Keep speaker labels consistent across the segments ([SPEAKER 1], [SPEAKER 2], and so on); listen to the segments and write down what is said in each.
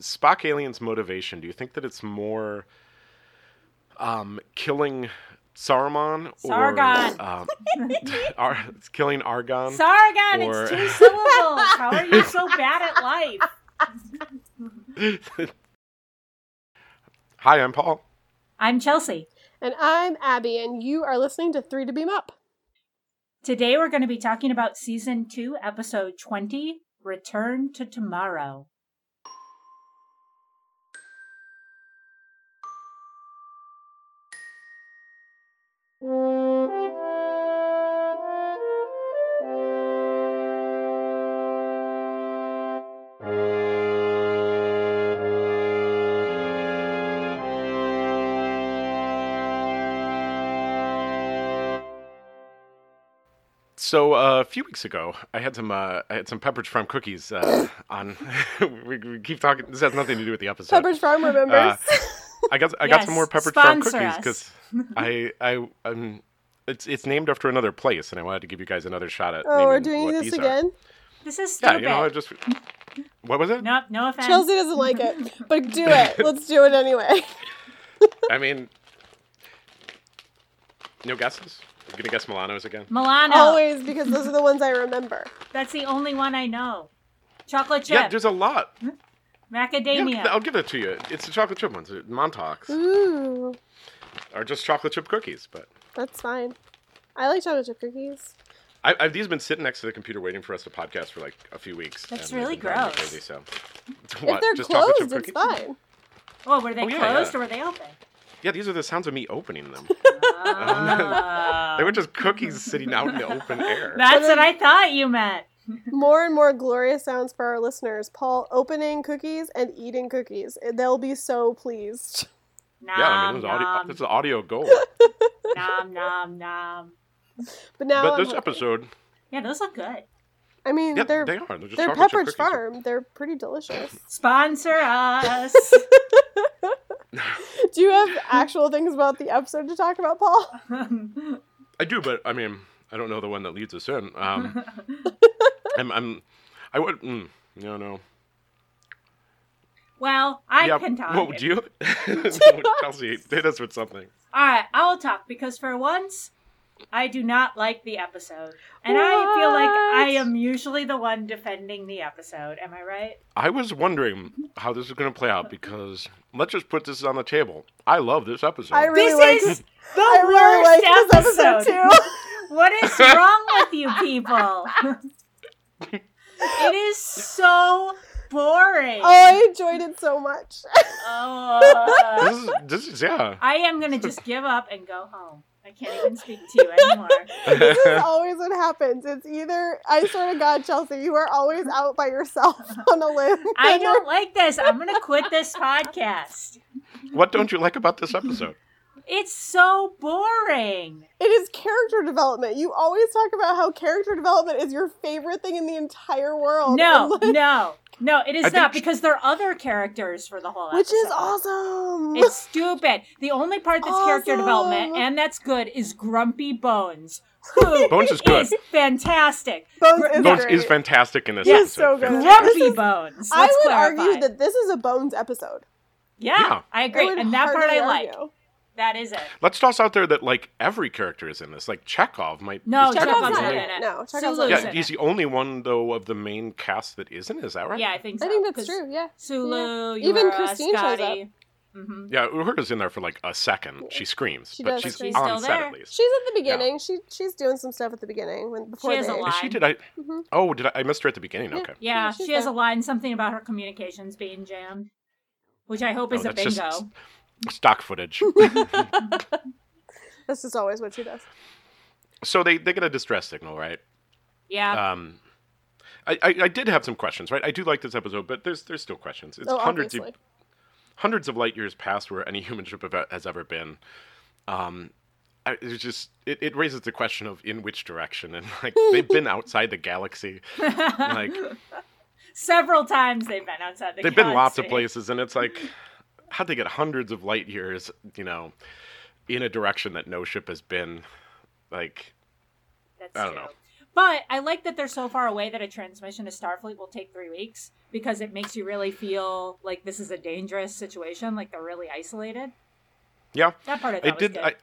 [SPEAKER 1] Spock Alien's motivation, do you think that it's more um, killing Saruman
[SPEAKER 2] Sargon.
[SPEAKER 1] or um, Ar- it's killing Argon? Um,
[SPEAKER 2] Sargon,
[SPEAKER 1] Or-
[SPEAKER 2] it's two syllables. How are you so bad at life?
[SPEAKER 1] Hi, I'm Paul.
[SPEAKER 2] I'm Chelsea.
[SPEAKER 3] And I'm Abby, and you are listening to Three to Beam Up.
[SPEAKER 2] Today we're going to be talking about season two, episode 20 Return to Tomorrow.
[SPEAKER 1] So uh, a few weeks ago, I had some uh, I had some Pepperidge Farm cookies uh, on. we, we keep talking. This has nothing to do with the episode.
[SPEAKER 3] Pepperidge Farm remembers.
[SPEAKER 1] I got I got
[SPEAKER 2] Yes,
[SPEAKER 1] some more Pepperidge Farm
[SPEAKER 2] sponsor
[SPEAKER 1] cookies
[SPEAKER 2] us.
[SPEAKER 1] because I I um it's it's named after another place, and I wanted to give you guys another shot at.
[SPEAKER 3] oh, we're
[SPEAKER 1] naming
[SPEAKER 3] doing
[SPEAKER 1] what
[SPEAKER 3] this
[SPEAKER 1] these are.
[SPEAKER 3] again.
[SPEAKER 2] This is
[SPEAKER 1] Yeah,
[SPEAKER 2] stupid.
[SPEAKER 1] you know, I just what was it?
[SPEAKER 2] no, no offense.
[SPEAKER 3] Chelsea doesn't like it, but do it. Let's do it anyway.
[SPEAKER 1] I mean, no guesses. you gonna guess Milano's again.
[SPEAKER 2] Milano.
[SPEAKER 3] Always, because those are the ones I remember.
[SPEAKER 2] That's the only one I know. Chocolate chip.
[SPEAKER 1] Yeah, there's a lot. Yeah,
[SPEAKER 2] macadamia.
[SPEAKER 1] I'll give it to you. It's the chocolate chip ones. Montauk's
[SPEAKER 3] Mm. Ooh,
[SPEAKER 1] are just chocolate chip cookies, but.
[SPEAKER 3] that's fine. I like chocolate chip cookies.
[SPEAKER 1] I, I've, these have been sitting next to the computer waiting for us to podcast for like a few weeks. and
[SPEAKER 2] That's
[SPEAKER 1] they've
[SPEAKER 2] really
[SPEAKER 1] been driving me
[SPEAKER 2] gross.
[SPEAKER 1] Crazy, so.
[SPEAKER 3] if they're
[SPEAKER 1] chocolate chip
[SPEAKER 3] closed, it's
[SPEAKER 1] cookies?
[SPEAKER 3] fine.
[SPEAKER 2] oh, were they
[SPEAKER 1] Oh, yeah,
[SPEAKER 2] closed
[SPEAKER 1] yeah.
[SPEAKER 2] or were they open?
[SPEAKER 1] Yeah, these are the sounds of me opening them.
[SPEAKER 2] Ah.
[SPEAKER 1] they were just cookies sitting out in the open air.
[SPEAKER 2] That's what I thought you meant.
[SPEAKER 3] More and more glorious sounds for our listeners. Paul opening cookies and eating cookies. Eh, They'll be so pleased.
[SPEAKER 2] Nom,
[SPEAKER 1] yeah, I mean, this is, audio,
[SPEAKER 2] nom,
[SPEAKER 1] this is audio gold.
[SPEAKER 2] nom, nom, nom.
[SPEAKER 3] But now,
[SPEAKER 1] but
[SPEAKER 3] I'm
[SPEAKER 1] this
[SPEAKER 3] hungry.
[SPEAKER 1] episode,
[SPEAKER 2] Yeah, those look good.
[SPEAKER 3] I mean,
[SPEAKER 1] yeah, they are.
[SPEAKER 3] they're
[SPEAKER 1] They're just
[SPEAKER 3] they're
[SPEAKER 1] chocolate chip
[SPEAKER 3] Pepperidge
[SPEAKER 1] cookies.
[SPEAKER 3] Farm. They're pretty delicious.
[SPEAKER 2] Sponsor us.
[SPEAKER 3] Do you have actual things about the episode to talk about, Paul?
[SPEAKER 1] I do, but I mean, I don't know the one that leads us in. Um, I'm, I'm, I would. Mm, no, no.
[SPEAKER 2] well, I
[SPEAKER 1] yeah,
[SPEAKER 2] can talk.
[SPEAKER 1] What would you? Chelsea, hit us with something.
[SPEAKER 2] All right, I'll talk because for once, I do not like the episode. And I feel like I
[SPEAKER 3] What?
[SPEAKER 2] am usually the one defending the episode. Am I right?
[SPEAKER 1] I was wondering how this is going to play out because let's just put this on the table. I love this episode.
[SPEAKER 3] I really like
[SPEAKER 2] this is
[SPEAKER 3] this-
[SPEAKER 2] the
[SPEAKER 3] I really
[SPEAKER 2] worst
[SPEAKER 3] like this
[SPEAKER 2] episode.
[SPEAKER 3] episode too.
[SPEAKER 2] What is wrong with you people? it is so boring.
[SPEAKER 3] Oh, I enjoyed it so much.
[SPEAKER 2] Oh.
[SPEAKER 1] this is this is yeah.
[SPEAKER 2] I am gonna just give up and go home. I can't even speak to you anymore.
[SPEAKER 3] this is always what happens. It's either I swear to God, Chelsea, you are always out by yourself on a limb.
[SPEAKER 2] I don't like this. I'm gonna quit this podcast.
[SPEAKER 1] what don't you like about this episode?
[SPEAKER 2] It's so boring.
[SPEAKER 3] It is character development. You always talk about how character development is your favorite thing in the entire world.
[SPEAKER 2] No,
[SPEAKER 3] And, Oh, like,
[SPEAKER 2] no, no. It
[SPEAKER 1] I
[SPEAKER 2] is
[SPEAKER 1] think
[SPEAKER 2] not
[SPEAKER 1] she-
[SPEAKER 2] because there are other characters for the whole
[SPEAKER 3] which
[SPEAKER 2] episode.
[SPEAKER 3] is awesome.
[SPEAKER 2] It's stupid. The only part that's character development
[SPEAKER 3] Awesome.
[SPEAKER 2] and that's good is Grumpy Bones, who
[SPEAKER 1] Bones is good.
[SPEAKER 2] is fantastic.
[SPEAKER 3] Bones is
[SPEAKER 1] Bones
[SPEAKER 3] great.
[SPEAKER 1] is fantastic in this
[SPEAKER 3] He's so
[SPEAKER 1] episode. Fantastic.
[SPEAKER 3] good.
[SPEAKER 2] Grumpy
[SPEAKER 3] This is-
[SPEAKER 2] Bones.
[SPEAKER 3] I
[SPEAKER 2] let's
[SPEAKER 3] would
[SPEAKER 2] clarify.
[SPEAKER 3] argue that this is a Bones episode.
[SPEAKER 2] Yeah,
[SPEAKER 1] Yeah.
[SPEAKER 2] I
[SPEAKER 3] I
[SPEAKER 2] agree,
[SPEAKER 3] would
[SPEAKER 2] and that part
[SPEAKER 3] hardly
[SPEAKER 2] I like.
[SPEAKER 3] argue.
[SPEAKER 2] That is it.
[SPEAKER 1] Let's toss out there that like every character is in this. Like Chekhov might.
[SPEAKER 2] No,
[SPEAKER 1] is
[SPEAKER 3] Chekhov's
[SPEAKER 2] Chekhov's
[SPEAKER 1] the
[SPEAKER 2] not
[SPEAKER 1] only-
[SPEAKER 2] in it.
[SPEAKER 3] No, Chekhov's
[SPEAKER 2] Sulu's
[SPEAKER 3] not
[SPEAKER 1] Yeah,
[SPEAKER 2] in
[SPEAKER 1] he's
[SPEAKER 2] it.
[SPEAKER 1] the only one though of the main cast that isn't. Is that right?
[SPEAKER 2] Yeah, I think so.
[SPEAKER 3] I think that's
[SPEAKER 2] 'cause
[SPEAKER 3] true. Yeah.
[SPEAKER 2] Sulu,
[SPEAKER 3] Yeah. Even
[SPEAKER 2] Uhura,
[SPEAKER 3] Christine shows up.
[SPEAKER 2] Scotty. Mhm.
[SPEAKER 1] Yeah, Uhura's in there for like a second. She screams,
[SPEAKER 3] She
[SPEAKER 1] but
[SPEAKER 3] does
[SPEAKER 1] she's
[SPEAKER 3] scream.
[SPEAKER 2] She's
[SPEAKER 1] on
[SPEAKER 2] still
[SPEAKER 1] set
[SPEAKER 2] there.
[SPEAKER 1] at least.
[SPEAKER 3] She's at the beginning. She she's doing some stuff at the beginning when before
[SPEAKER 2] She has a
[SPEAKER 3] they-
[SPEAKER 2] lot.
[SPEAKER 1] Is she? Did I?
[SPEAKER 3] Mhm.
[SPEAKER 1] Oh, did I? I missed her at the beginning.
[SPEAKER 3] Yeah.
[SPEAKER 1] Okay.
[SPEAKER 2] Yeah,
[SPEAKER 3] Yeah, she's
[SPEAKER 2] she has
[SPEAKER 3] there.
[SPEAKER 2] a line something about her communications being jammed, which I hope
[SPEAKER 1] Oh,
[SPEAKER 2] is a
[SPEAKER 1] that's
[SPEAKER 2] bingo.
[SPEAKER 1] just stock footage.
[SPEAKER 3] This is always what she does.
[SPEAKER 1] so they they get a distress signal, right?
[SPEAKER 2] yeah.
[SPEAKER 1] Um, I, I I did have some questions, right? I do like this episode, but there's there's still questions. It's
[SPEAKER 3] Oh,
[SPEAKER 1] hundreds
[SPEAKER 3] obviously.
[SPEAKER 1] of hundreds of light years past where any human ship have- has ever been. Um, I, it's just it, it raises the question of in which direction, and like they've been outside the galaxy, like
[SPEAKER 2] Several times they've been outside the
[SPEAKER 1] they've been lots of
[SPEAKER 2] galaxy.
[SPEAKER 1] places, and it's like how'd they get hundreds of light years, you know, in a direction that no ship has been, like.
[SPEAKER 2] That's
[SPEAKER 1] I don't
[SPEAKER 2] true.
[SPEAKER 1] know.
[SPEAKER 2] But I like that they're so far away that a transmission to Starfleet will take three weeks because it makes you really feel like this is a dangerous situation, like they're really isolated.
[SPEAKER 1] Yeah.
[SPEAKER 2] That part I thought
[SPEAKER 1] I
[SPEAKER 2] was
[SPEAKER 1] did.
[SPEAKER 2] good.
[SPEAKER 1] I,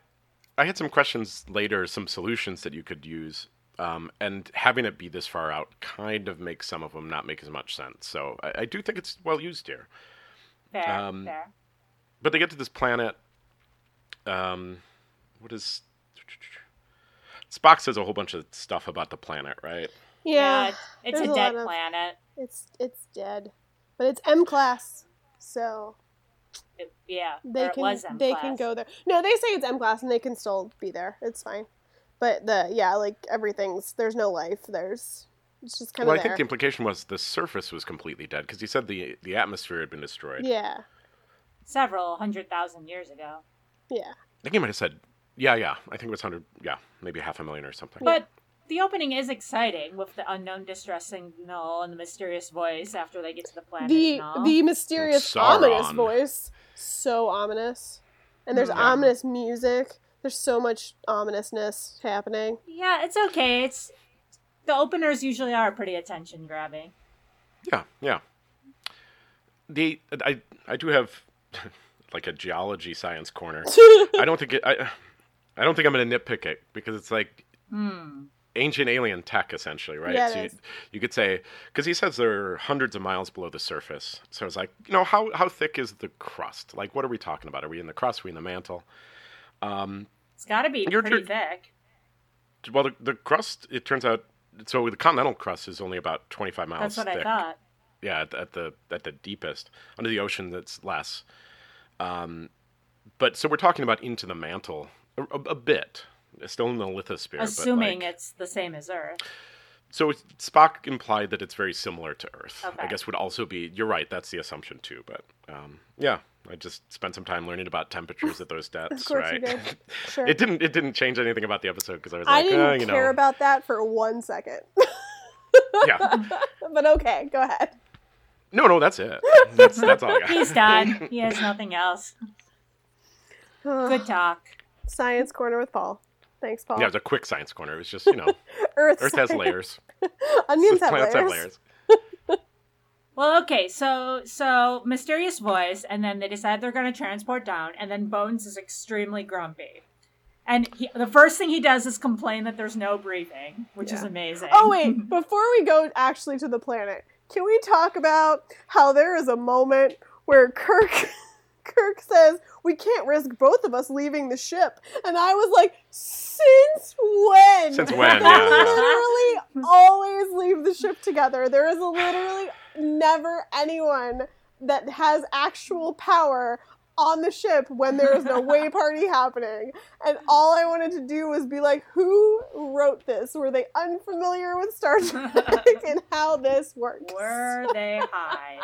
[SPEAKER 1] I had some questions later, some solutions that you could use, um, and having it be this far out kind of makes some of them not make as much sense. So I, I do think it's well used here.
[SPEAKER 2] fair,
[SPEAKER 1] um,
[SPEAKER 2] fair.
[SPEAKER 1] But they get to this planet. Um, what is Spock says a whole bunch of stuff about the planet, right?
[SPEAKER 3] Yeah,
[SPEAKER 2] it's- it's
[SPEAKER 3] there's
[SPEAKER 2] a
[SPEAKER 3] a
[SPEAKER 2] dead
[SPEAKER 3] lot of-
[SPEAKER 2] planet.
[SPEAKER 3] it's it's dead, but it's M class, so
[SPEAKER 2] It- yeah,
[SPEAKER 3] they
[SPEAKER 2] or it
[SPEAKER 3] can
[SPEAKER 2] was M
[SPEAKER 3] they
[SPEAKER 2] class.
[SPEAKER 3] can go there. No, they say it's M class, and they can still be there. It's fine, but the yeah, like everything's there's no life. There's it's just kind
[SPEAKER 1] well,
[SPEAKER 3] of
[SPEAKER 1] I think the
[SPEAKER 3] there.
[SPEAKER 1] implication was the surface was completely dead because he said the the atmosphere had been destroyed.
[SPEAKER 3] yeah,
[SPEAKER 2] several hundred thousand years ago.
[SPEAKER 3] yeah,
[SPEAKER 1] I think he might have said, yeah, yeah. I think it was hundred, yeah, maybe half a million or something.
[SPEAKER 2] But the opening is exciting with the unknown distress signal and the mysterious voice after they get to the planet.
[SPEAKER 3] the
[SPEAKER 2] and all.
[SPEAKER 3] the mysterious
[SPEAKER 1] Sauron.
[SPEAKER 3] ominous voice, so ominous, and there's
[SPEAKER 2] Yeah.
[SPEAKER 3] ominous music. There's so much ominousness happening.
[SPEAKER 2] yeah, it's okay. It's the openers usually are pretty attention grabbing.
[SPEAKER 1] Yeah, yeah. The I I do have like a geology science corner. I don't think it, I I don't think I'm going to nitpick it because it's like
[SPEAKER 2] Hmm.
[SPEAKER 1] ancient alien tech essentially, right?
[SPEAKER 3] Yeah, it
[SPEAKER 1] so you,
[SPEAKER 3] is.
[SPEAKER 1] you could say because he says they're hundreds of miles below the surface. So it's like you know how how thick is the crust? Like what are we talking about? Are we in the crust? Are we in the mantle? Um,
[SPEAKER 2] It's got to be
[SPEAKER 1] You're
[SPEAKER 2] pretty
[SPEAKER 1] tr-
[SPEAKER 2] thick.
[SPEAKER 1] well, the, the crust it turns out. So the continental crust is only about 25 miles
[SPEAKER 2] That's what
[SPEAKER 1] thick.
[SPEAKER 2] I thought.
[SPEAKER 1] yeah at the, at the at the deepest under the ocean that's less um but so we're talking about into the mantle a, a, a bit It's still in the lithosphere
[SPEAKER 2] Assuming
[SPEAKER 1] but like,
[SPEAKER 2] it's the same as Earth.
[SPEAKER 1] so it's- spock implied that it's very similar to earth i
[SPEAKER 2] Okay.
[SPEAKER 1] guess would also be you're right that's the assumption too but um yeah i just spent some time learning about temperatures at those depths
[SPEAKER 3] course you
[SPEAKER 1] right
[SPEAKER 3] did. Sure.
[SPEAKER 1] it didn't it didn't change anything about the episode because i was
[SPEAKER 3] I
[SPEAKER 1] like
[SPEAKER 3] didn't
[SPEAKER 1] "Ah, you
[SPEAKER 3] care
[SPEAKER 1] know
[SPEAKER 3] about that for one second,
[SPEAKER 1] yeah
[SPEAKER 3] but okay, go ahead.
[SPEAKER 1] no no that's it that's that's all i got
[SPEAKER 2] He's done. he has nothing else. Good talk.
[SPEAKER 3] Science corner with Paul. Thanks, Paul.
[SPEAKER 1] yeah it was a quick science corner it was just you know
[SPEAKER 3] Earth,
[SPEAKER 1] earth has
[SPEAKER 3] science-
[SPEAKER 1] layers
[SPEAKER 3] Onions have layers.
[SPEAKER 1] plants have layers
[SPEAKER 2] Well, okay, so so mysterious voice, and then they decide they're going to transport down, and then Bones is extremely grumpy, and he, the first thing he does is complain that there's no briefing, which is
[SPEAKER 3] Yeah.
[SPEAKER 2] amazing.
[SPEAKER 3] Oh wait, before we go actually to the planet, can we talk about how there is a moment where Kirk Kirk says, "We can't risk both of us leaving the ship." And I was like, "Since when?"
[SPEAKER 1] Since when,
[SPEAKER 3] They
[SPEAKER 1] yeah, yeah.
[SPEAKER 3] literally always leave the ship together. There is literally never anyone that has actual power on the ship when there is no way party happening. And all I wanted to do was be like, who wrote this? Were they unfamiliar with Star Trek and how this works?
[SPEAKER 2] were they high?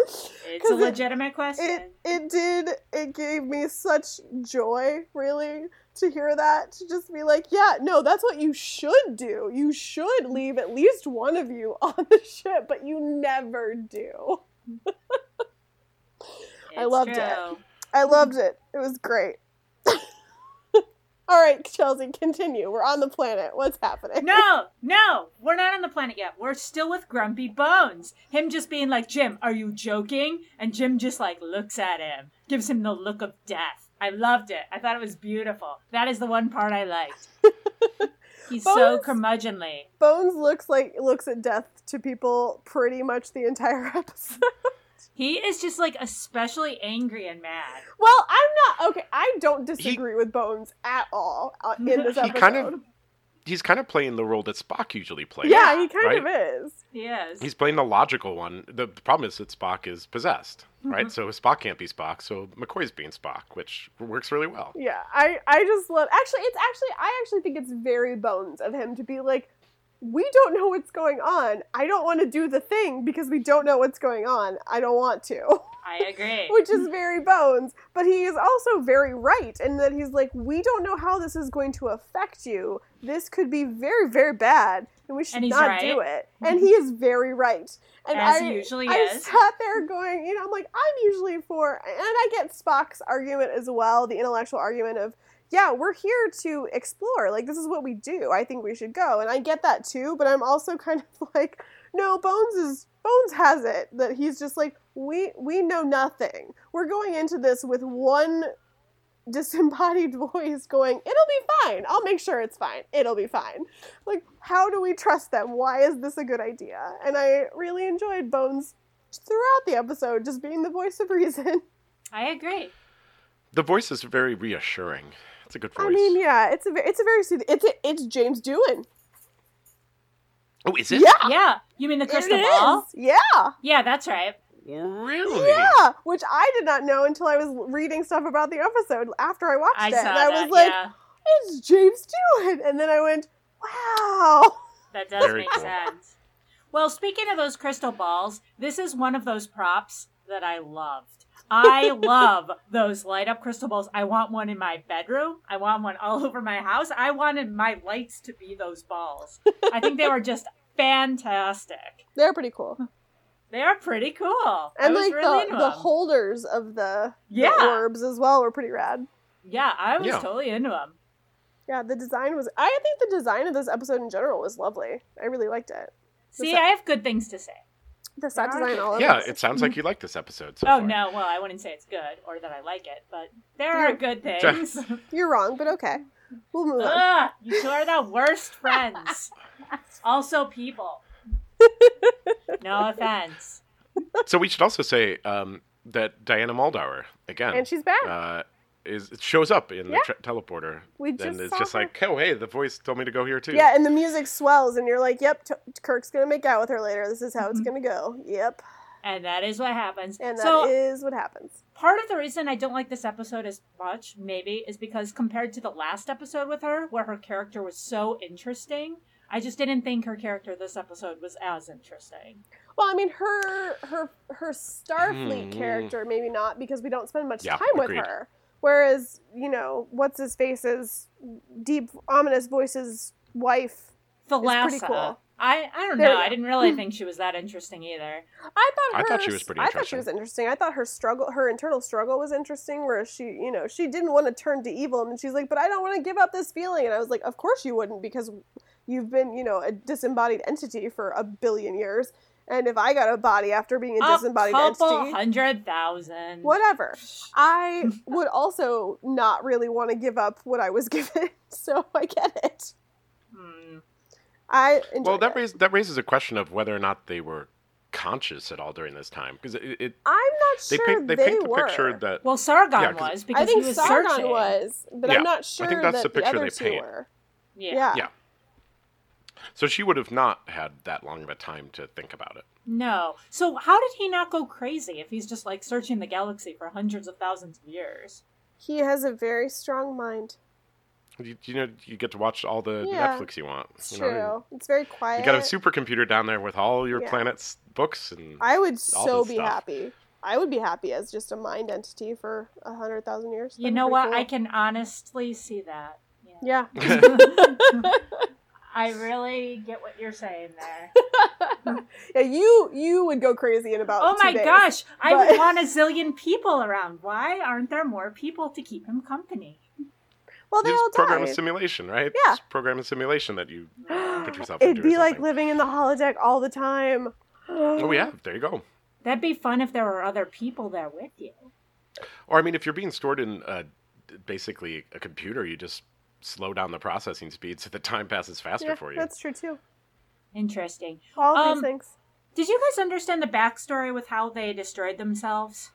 [SPEAKER 2] It's
[SPEAKER 3] 'Cause
[SPEAKER 2] a
[SPEAKER 3] it-
[SPEAKER 2] legitimate
[SPEAKER 3] It
[SPEAKER 2] question.
[SPEAKER 3] it did it gave me such joy, really, to hear that. To just be like, yeah, no, that's what you should do. You should leave at least one of you on the ship, but you never do. I
[SPEAKER 2] It's
[SPEAKER 3] loved it.
[SPEAKER 2] true.
[SPEAKER 3] I loved it. It was great. All right, Chelsea, continue. We're on the planet. What's happening?
[SPEAKER 2] No, no, we're not on the planet yet. We're still with Grumpy Bones. Him just being like, Jim, are you joking? And Jim just like looks at him, gives him the look of death. I loved it. I thought it was beautiful. That is the one part I liked. He's so
[SPEAKER 3] Bones.
[SPEAKER 2] curmudgeonly.
[SPEAKER 3] Bones looks like looks at death to people pretty much the entire episode.
[SPEAKER 2] He is just like especially angry and mad.
[SPEAKER 3] well, I'm not okay. I don't disagree with Bones at all uh, in this
[SPEAKER 1] He
[SPEAKER 3] episode.
[SPEAKER 1] kind of he's kind of playing the role that Spock usually plays.
[SPEAKER 3] yeah, he kind
[SPEAKER 1] right?
[SPEAKER 3] of is.
[SPEAKER 2] He is.
[SPEAKER 1] He's playing the logical one. The the problem is that Spock is possessed, right? So Spock can't be Spock, so McCoy's being Spock, which works really well.
[SPEAKER 3] Yeah, I I just love. Actually, it's actually I actually think it's very Bones of him to be like, we don't know what's going on. I don't want to do the thing because we don't know what's going on. I don't want to.
[SPEAKER 2] I agree.
[SPEAKER 3] which is very bones but he is also very right in that he's like we don't know how this is going to affect you this could be very very bad and we should
[SPEAKER 2] And he's
[SPEAKER 3] not
[SPEAKER 2] right.
[SPEAKER 3] do it and he is very right and
[SPEAKER 2] As
[SPEAKER 3] i
[SPEAKER 2] he usually
[SPEAKER 3] I
[SPEAKER 2] is.
[SPEAKER 3] sat there going you know i'm like i'm usually for and i get spock's argument as well the intellectual argument of yeah, we're here to explore. Like, this is what we do. I think we should go. And I get that too, but I'm also kind of like, no, Bones is Bones has it that he's just like, we we know nothing. We're going into this with one disembodied voice going, it'll be fine. I'll make sure it's fine. It'll be fine. Like, how do we trust them? Why is this a good idea? And I really enjoyed Bones throughout the episode just being the voice of reason.
[SPEAKER 2] I agree.
[SPEAKER 1] The voice is very reassuring. It's a good voice.
[SPEAKER 3] I mean, yeah, it's a ve- it's a very soothing. It's a, it's James Doohan.
[SPEAKER 1] oh, is it?
[SPEAKER 3] Yeah,
[SPEAKER 2] Yeah. You mean the crystal
[SPEAKER 3] it
[SPEAKER 2] ball?
[SPEAKER 3] is. Yeah,
[SPEAKER 2] Yeah, that's right.
[SPEAKER 1] Really?
[SPEAKER 3] yeah. Which I did not know until I was reading stuff about the episode after I watched
[SPEAKER 2] I
[SPEAKER 3] it,
[SPEAKER 2] saw
[SPEAKER 3] and I
[SPEAKER 2] that.
[SPEAKER 3] was like,
[SPEAKER 2] yeah.
[SPEAKER 3] "It's James Doohan," and then I went, "Wow."
[SPEAKER 2] That does
[SPEAKER 1] Very
[SPEAKER 2] make
[SPEAKER 1] cool.
[SPEAKER 2] sense. Well, speaking of those crystal balls, this is one of those props that I loved. I love those light up crystal balls. I want one in my bedroom. I want one all over my house. I wanted my lights to be those balls. I think they were just fantastic.
[SPEAKER 3] They're pretty cool,
[SPEAKER 2] They are pretty cool. I
[SPEAKER 3] and
[SPEAKER 2] was
[SPEAKER 3] like
[SPEAKER 2] really
[SPEAKER 3] the,
[SPEAKER 2] into
[SPEAKER 3] the
[SPEAKER 2] them.
[SPEAKER 3] holders of the, the
[SPEAKER 2] yeah,
[SPEAKER 3] orbs as well were pretty rad.
[SPEAKER 2] yeah. I was
[SPEAKER 1] Yeah.
[SPEAKER 2] totally into them.
[SPEAKER 3] Yeah, the design was. I think the design of this episode in general was lovely. I really liked it.
[SPEAKER 2] See,
[SPEAKER 3] set-
[SPEAKER 2] I have good things to say.
[SPEAKER 3] The set
[SPEAKER 2] Yeah.
[SPEAKER 3] design, all of
[SPEAKER 1] Yeah,
[SPEAKER 3] it.
[SPEAKER 1] it sounds like you like this episode. So
[SPEAKER 2] Oh
[SPEAKER 1] far.
[SPEAKER 2] no, well, I wouldn't say it's good or that I like it, but there are
[SPEAKER 3] Yeah.
[SPEAKER 2] good things.
[SPEAKER 3] You're wrong, but okay. We'll move on.
[SPEAKER 2] Ugh, you two are the worst friends. also, people. No offense.
[SPEAKER 1] So we should also say um, that Diana Muldaur again
[SPEAKER 3] And she's back.
[SPEAKER 1] uh, is shows up in
[SPEAKER 3] Yeah.
[SPEAKER 1] the tra- teleporter,
[SPEAKER 3] we just
[SPEAKER 1] and it's
[SPEAKER 3] saw
[SPEAKER 1] just
[SPEAKER 3] her.
[SPEAKER 1] like, oh hey, the voice told me to go here too.
[SPEAKER 3] yeah, and the music swells, and you're like, "Yep, t- Kirk's gonna make out with her later. This is how it's
[SPEAKER 2] Mhm.
[SPEAKER 3] gonna go." Yep,
[SPEAKER 2] And that is what happens.
[SPEAKER 3] and that is
[SPEAKER 2] so,
[SPEAKER 3] what happens.
[SPEAKER 2] part of the reason I don't like this episode as much, maybe, is because compared to the last episode with her, where her character was so interesting, I just didn't think her character this episode was as interesting.
[SPEAKER 3] Well, I mean, her her her Starfleet
[SPEAKER 1] Hmm.
[SPEAKER 3] character maybe not because we don't spend much
[SPEAKER 1] Yeah,
[SPEAKER 3] time with
[SPEAKER 1] agreed.
[SPEAKER 3] her. Whereas you know, what's his face's deep ominous voices wife.
[SPEAKER 2] Thalassa.
[SPEAKER 3] cool.
[SPEAKER 2] I, I don't
[SPEAKER 3] There
[SPEAKER 2] know.
[SPEAKER 3] we go.
[SPEAKER 2] I didn't really think she was that interesting either.
[SPEAKER 3] I thought
[SPEAKER 1] I
[SPEAKER 3] her,
[SPEAKER 1] thought she was pretty
[SPEAKER 3] I thought she
[SPEAKER 1] interesting.
[SPEAKER 3] was interesting. I thought her struggle, her internal struggle, was interesting. Where she, you know, she didn't want to turn to evil, and she's like, "But I don't want to give up this feeling." And I was like, "Of course you wouldn't, because you've been, you know, a disembodied entity for a billion years. And if I got a body after being a disembodied
[SPEAKER 2] couple
[SPEAKER 3] entity,
[SPEAKER 2] hundred thousand.
[SPEAKER 3] whatever, I would also not really want to give up what I was given. So I get it.
[SPEAKER 2] Hmm.
[SPEAKER 3] I enjoyed
[SPEAKER 1] Well, that
[SPEAKER 3] it.
[SPEAKER 1] raises that raises a question of whether or not they were conscious at all during this time, because it, it
[SPEAKER 3] I'm not
[SPEAKER 1] they
[SPEAKER 3] sure
[SPEAKER 1] paint they
[SPEAKER 3] they
[SPEAKER 1] paint the
[SPEAKER 3] were.
[SPEAKER 1] picture that
[SPEAKER 2] Well, Sargon
[SPEAKER 1] Yeah, 'cause-
[SPEAKER 2] was because
[SPEAKER 3] I think
[SPEAKER 2] he was
[SPEAKER 3] Sargon
[SPEAKER 2] searching.
[SPEAKER 3] was, but
[SPEAKER 1] Yeah,
[SPEAKER 3] I'm not sure
[SPEAKER 1] I think that's
[SPEAKER 3] that
[SPEAKER 1] the
[SPEAKER 3] the,
[SPEAKER 1] picture
[SPEAKER 3] other
[SPEAKER 1] they
[SPEAKER 3] two
[SPEAKER 1] paint.
[SPEAKER 3] were.
[SPEAKER 2] Yeah.
[SPEAKER 3] Yeah. yeah.
[SPEAKER 1] Yeah. so she would have not had that long of a time to think about it.
[SPEAKER 2] No. So how did he not go crazy if he's just like searching the galaxy for hundreds of thousands of years?
[SPEAKER 3] He has a very strong mind.
[SPEAKER 1] You, you know, you get to watch all the
[SPEAKER 3] Yeah.
[SPEAKER 1] Netflix you want.
[SPEAKER 3] It's
[SPEAKER 1] you
[SPEAKER 3] true.
[SPEAKER 1] know?
[SPEAKER 3] it's very quiet.
[SPEAKER 1] You got a supercomputer down there with all your
[SPEAKER 3] Yeah.
[SPEAKER 1] planet's books and
[SPEAKER 3] I would so
[SPEAKER 1] this
[SPEAKER 3] be
[SPEAKER 1] stuff.
[SPEAKER 3] happy. I would be happy as just a mind entity for a hundred thousand years.
[SPEAKER 2] You
[SPEAKER 3] That'd be
[SPEAKER 2] know
[SPEAKER 3] pretty
[SPEAKER 2] what?
[SPEAKER 3] cool.
[SPEAKER 2] I can honestly see that. Yeah.
[SPEAKER 3] Yeah.
[SPEAKER 2] I really get what you're saying there.
[SPEAKER 3] Yeah. You you would go crazy in about.
[SPEAKER 2] Oh
[SPEAKER 3] two
[SPEAKER 2] my
[SPEAKER 3] days.
[SPEAKER 2] gosh, I
[SPEAKER 3] but-
[SPEAKER 2] would want a zillion people around. Why aren't there more people to keep him company?
[SPEAKER 3] Well, they
[SPEAKER 1] you
[SPEAKER 3] all
[SPEAKER 1] just program
[SPEAKER 3] died.
[SPEAKER 1] a simulation, right?
[SPEAKER 3] Yeah.
[SPEAKER 1] Just program a simulation that you put yourself
[SPEAKER 3] It'd
[SPEAKER 1] into.
[SPEAKER 3] be
[SPEAKER 1] or
[SPEAKER 3] like
[SPEAKER 1] something.
[SPEAKER 3] living in the holodeck all the time. Mm-hmm.
[SPEAKER 1] Oh yeah, there you go.
[SPEAKER 2] That'd be fun if there were other people there with you.
[SPEAKER 1] Or I mean, if you're being stored in uh, basically a computer, you just slow down the processing speed so the time passes faster
[SPEAKER 3] Yeah,
[SPEAKER 1] for you.
[SPEAKER 3] that's true too.
[SPEAKER 2] Interesting.
[SPEAKER 3] All of
[SPEAKER 2] Um,
[SPEAKER 3] these things.
[SPEAKER 2] Did you guys understand the backstory with how they destroyed themselves?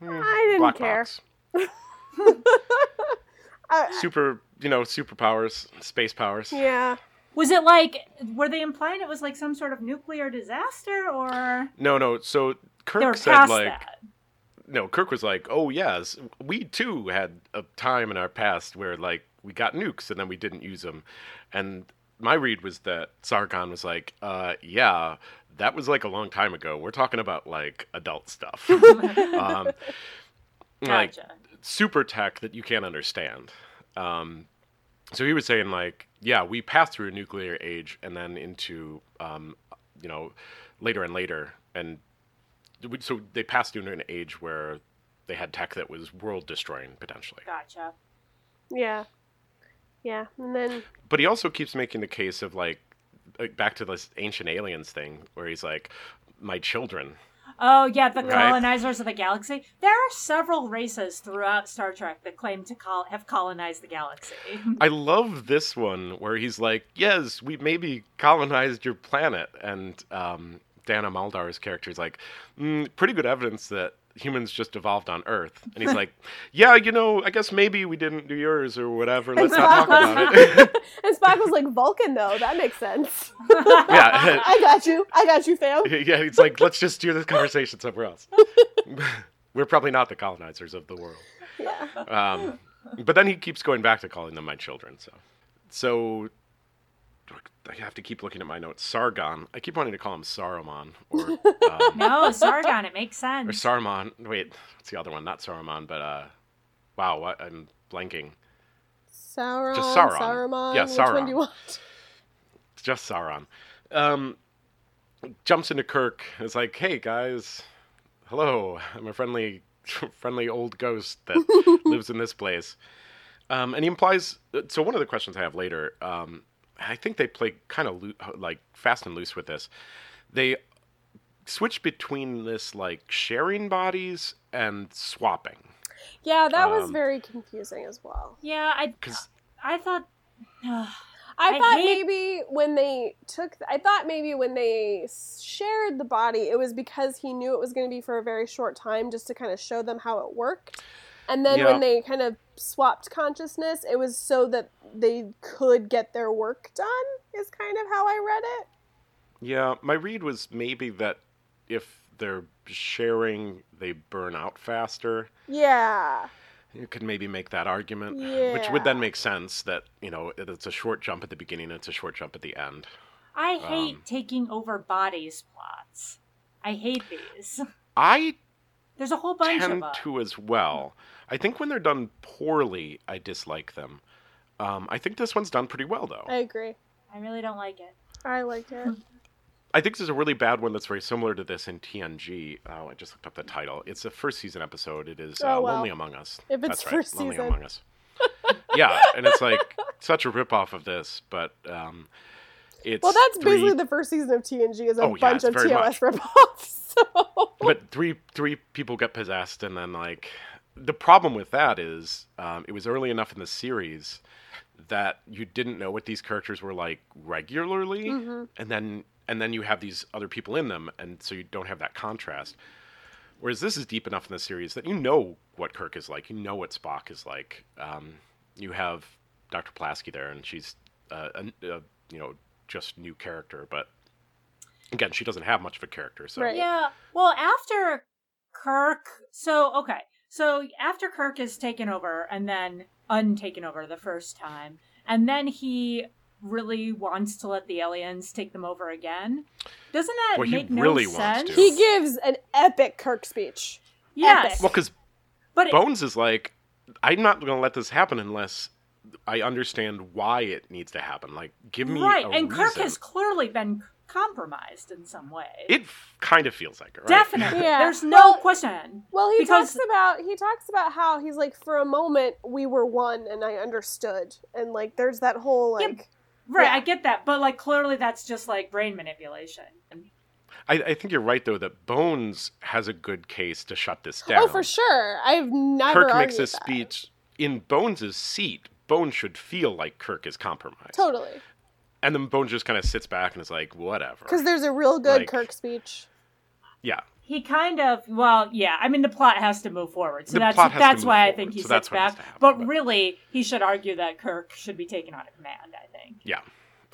[SPEAKER 1] Hmm,
[SPEAKER 3] I didn't
[SPEAKER 1] black
[SPEAKER 3] care.
[SPEAKER 1] box.
[SPEAKER 3] I,
[SPEAKER 1] Super, you know, superpowers, space powers.
[SPEAKER 3] yeah.
[SPEAKER 2] Was it like were they implying it was like some sort of nuclear disaster or
[SPEAKER 1] No, no. So
[SPEAKER 2] they were
[SPEAKER 1] Kirk said
[SPEAKER 2] past
[SPEAKER 1] like,
[SPEAKER 2] that?
[SPEAKER 1] no, Kirk was like, oh yes, we too had a time in our past where like we got nukes and then we didn't use them, and my read was that Sargon was like, uh, yeah, that was like a long time ago. We're talking about like adult stuff, um, like
[SPEAKER 2] Gotcha.
[SPEAKER 1] super tech that you can't understand. Um, so he was saying like, yeah, we passed through a nuclear age and then into, um, you know, later and later, and we- so they passed through an age where they had tech that was world destroying potentially.
[SPEAKER 2] Gotcha.
[SPEAKER 3] Yeah. Yeah. And then
[SPEAKER 1] But he also keeps making the case of like like, back to this ancient aliens thing where he's like my children.
[SPEAKER 2] Oh yeah, the
[SPEAKER 1] Right.
[SPEAKER 2] colonizers of the galaxy. There are several races throughout Star Trek that claim to col- have colonized the galaxy.
[SPEAKER 1] I love this one where he's like, "Yes, we maybe colonized your planet," and um, Dana Maldar's character is like, mm, "Pretty good evidence that humans just evolved on Earth," and he's like, "Yeah, you know, I guess maybe we didn't do yours or whatever. Let's not talk about it."
[SPEAKER 3] and Spock was like Vulcan though. That makes sense.
[SPEAKER 1] yeah,
[SPEAKER 3] I got you. I got you, fam.
[SPEAKER 1] yeah, it's like let's just do this conversation somewhere else. We're probably not the colonizers of the world.
[SPEAKER 3] Yeah.
[SPEAKER 1] Um, but then he keeps going back to calling them my children. So, so I have to keep looking at my notes. Sargon. I keep wanting to call him Saruman or um,
[SPEAKER 2] no, Sargon. It makes
[SPEAKER 1] or
[SPEAKER 2] sense.
[SPEAKER 1] Saruman. Wait, what's the other one? Not Saruman, but uh, wow, what, I'm blanking.
[SPEAKER 3] Sauron.
[SPEAKER 1] Just Sauron.
[SPEAKER 3] Saruman.
[SPEAKER 1] Yeah,
[SPEAKER 3] Which one
[SPEAKER 1] Sauron.
[SPEAKER 3] do you want?
[SPEAKER 1] It's just Sauron. Um, jumps into Kirk. and It's like, hey guys, hello. I'm a friendly, friendly old ghost that lives in this place. Um, and he implies. So one of the questions I have later. Um, I think they play kind of loo- like fast and loose with this. They switch between this like sharing bodies and swapping
[SPEAKER 3] Yeah, that was
[SPEAKER 1] Um,
[SPEAKER 3] very confusing as well.
[SPEAKER 2] Yeah, I
[SPEAKER 1] because
[SPEAKER 2] I thought.
[SPEAKER 3] I,
[SPEAKER 2] I
[SPEAKER 3] thought
[SPEAKER 2] hate-
[SPEAKER 3] maybe when they took, I thought maybe when they shared the body, it was because he knew it was going to be for a very short time, just to kind of show them how it worked. And then
[SPEAKER 1] Yeah.
[SPEAKER 3] when they kind of swapped consciousness, it was so that they could get their work done. Is kind of how I read it.
[SPEAKER 1] Yeah, my read was maybe that if they're sharing, they burn out faster.
[SPEAKER 3] Yeah,
[SPEAKER 1] You could maybe make that argument, which would
[SPEAKER 3] Yeah.
[SPEAKER 1] then make sense that, you know, it- it's a short jump at the beginning, it's a short jump at the end.
[SPEAKER 2] I hate
[SPEAKER 1] Um.
[SPEAKER 2] taking over bodies plots. I hate these.
[SPEAKER 1] I
[SPEAKER 2] There's a whole bunch of
[SPEAKER 1] tend
[SPEAKER 3] uh,
[SPEAKER 2] them.
[SPEAKER 1] to as well. I think when they're done poorly, I dislike them. Um, I think this one's done pretty well, though.
[SPEAKER 3] I agree.
[SPEAKER 2] I really don't like it.
[SPEAKER 3] I liked
[SPEAKER 1] Hmm.
[SPEAKER 3] it.
[SPEAKER 1] I think there's a really bad one that's very similar to this in TNG. Oh, I just looked up the title. It's a first season episode. It is uh,
[SPEAKER 3] Oh, wow.
[SPEAKER 1] Lonely Among Us.
[SPEAKER 3] If it's
[SPEAKER 1] that's
[SPEAKER 3] first
[SPEAKER 1] right, Lonely
[SPEAKER 3] season.
[SPEAKER 1] Among Us. yeah, and it's like such a ripoff of this, but um, it's
[SPEAKER 3] Well, that's
[SPEAKER 1] three,
[SPEAKER 3] basically the first season of TNG is a
[SPEAKER 1] Oh, yeah,
[SPEAKER 3] bunch
[SPEAKER 1] it's
[SPEAKER 3] of
[SPEAKER 1] very
[SPEAKER 3] TOS ripoffs. So
[SPEAKER 1] but three three people get possessed, and then like the problem with that is um, it was early enough in the series that you didn't know what these characters were like regularly,
[SPEAKER 3] Mm. Mm-hmm.
[SPEAKER 1] and then and then you have these other people in them, and so you don't have that contrast. Whereas this is deep enough in the series that you know what Kirk is like, you know what Spock is like. Um, you have Dr. Plasky there, and she's uh, a, a you know just new character, but again, she doesn't have much of a character, so.
[SPEAKER 3] Right.
[SPEAKER 2] Yeah. Well, after Kirk, so okay, so after Kirk is taken over and then untaken over the first time, and then he really wants to let the aliens take them over again. Doesn't that
[SPEAKER 1] Well, he
[SPEAKER 2] make no
[SPEAKER 1] really
[SPEAKER 2] sense?
[SPEAKER 1] wants to.
[SPEAKER 3] he gives an epic Kirk speech.
[SPEAKER 2] yes,
[SPEAKER 1] Well, because
[SPEAKER 2] but it-
[SPEAKER 1] Bones is like, I'm not going to let this happen unless I understand why it needs to happen. Like, give me
[SPEAKER 2] right,
[SPEAKER 1] a
[SPEAKER 2] and Kirk
[SPEAKER 1] reason.
[SPEAKER 2] has clearly been compromised in some way.
[SPEAKER 1] It f- kind of feels like it, right?
[SPEAKER 2] Definitely,
[SPEAKER 3] Yeah.
[SPEAKER 2] there's no
[SPEAKER 3] Well,
[SPEAKER 2] question.
[SPEAKER 3] Well, he
[SPEAKER 2] Because-
[SPEAKER 3] talks about he talks about how he's like for a moment we were one and I understood and like there's that whole
[SPEAKER 2] Yeah,
[SPEAKER 3] like
[SPEAKER 2] Right,
[SPEAKER 3] yeah.
[SPEAKER 2] I get that, but like clearly that's just like brain manipulation.
[SPEAKER 1] I, I think you're right though that Bones has a good case to shut this down.
[SPEAKER 3] oh for sure I've never
[SPEAKER 1] Kirk makes
[SPEAKER 3] argued
[SPEAKER 1] a
[SPEAKER 3] that.
[SPEAKER 1] speech in Bones's seat. Bones should feel like Kirk is compromised,
[SPEAKER 3] totally
[SPEAKER 1] and then Bones just kind of sits back and is like, "Whatever."
[SPEAKER 3] because there's a real good
[SPEAKER 1] Like-
[SPEAKER 3] Kirk speech.
[SPEAKER 1] Yeah,
[SPEAKER 2] He kind of well, yeah. I mean, the plot has to move forward, so
[SPEAKER 1] The
[SPEAKER 2] that's
[SPEAKER 1] plot has to
[SPEAKER 2] that's
[SPEAKER 1] move
[SPEAKER 2] why I
[SPEAKER 1] forward,
[SPEAKER 2] think he
[SPEAKER 1] so
[SPEAKER 2] sits
[SPEAKER 1] that's what has
[SPEAKER 2] back.
[SPEAKER 1] to happen,
[SPEAKER 2] but
[SPEAKER 1] but-
[SPEAKER 2] really, he should argue that Kirk should be taken out of command. I think.
[SPEAKER 1] yeah.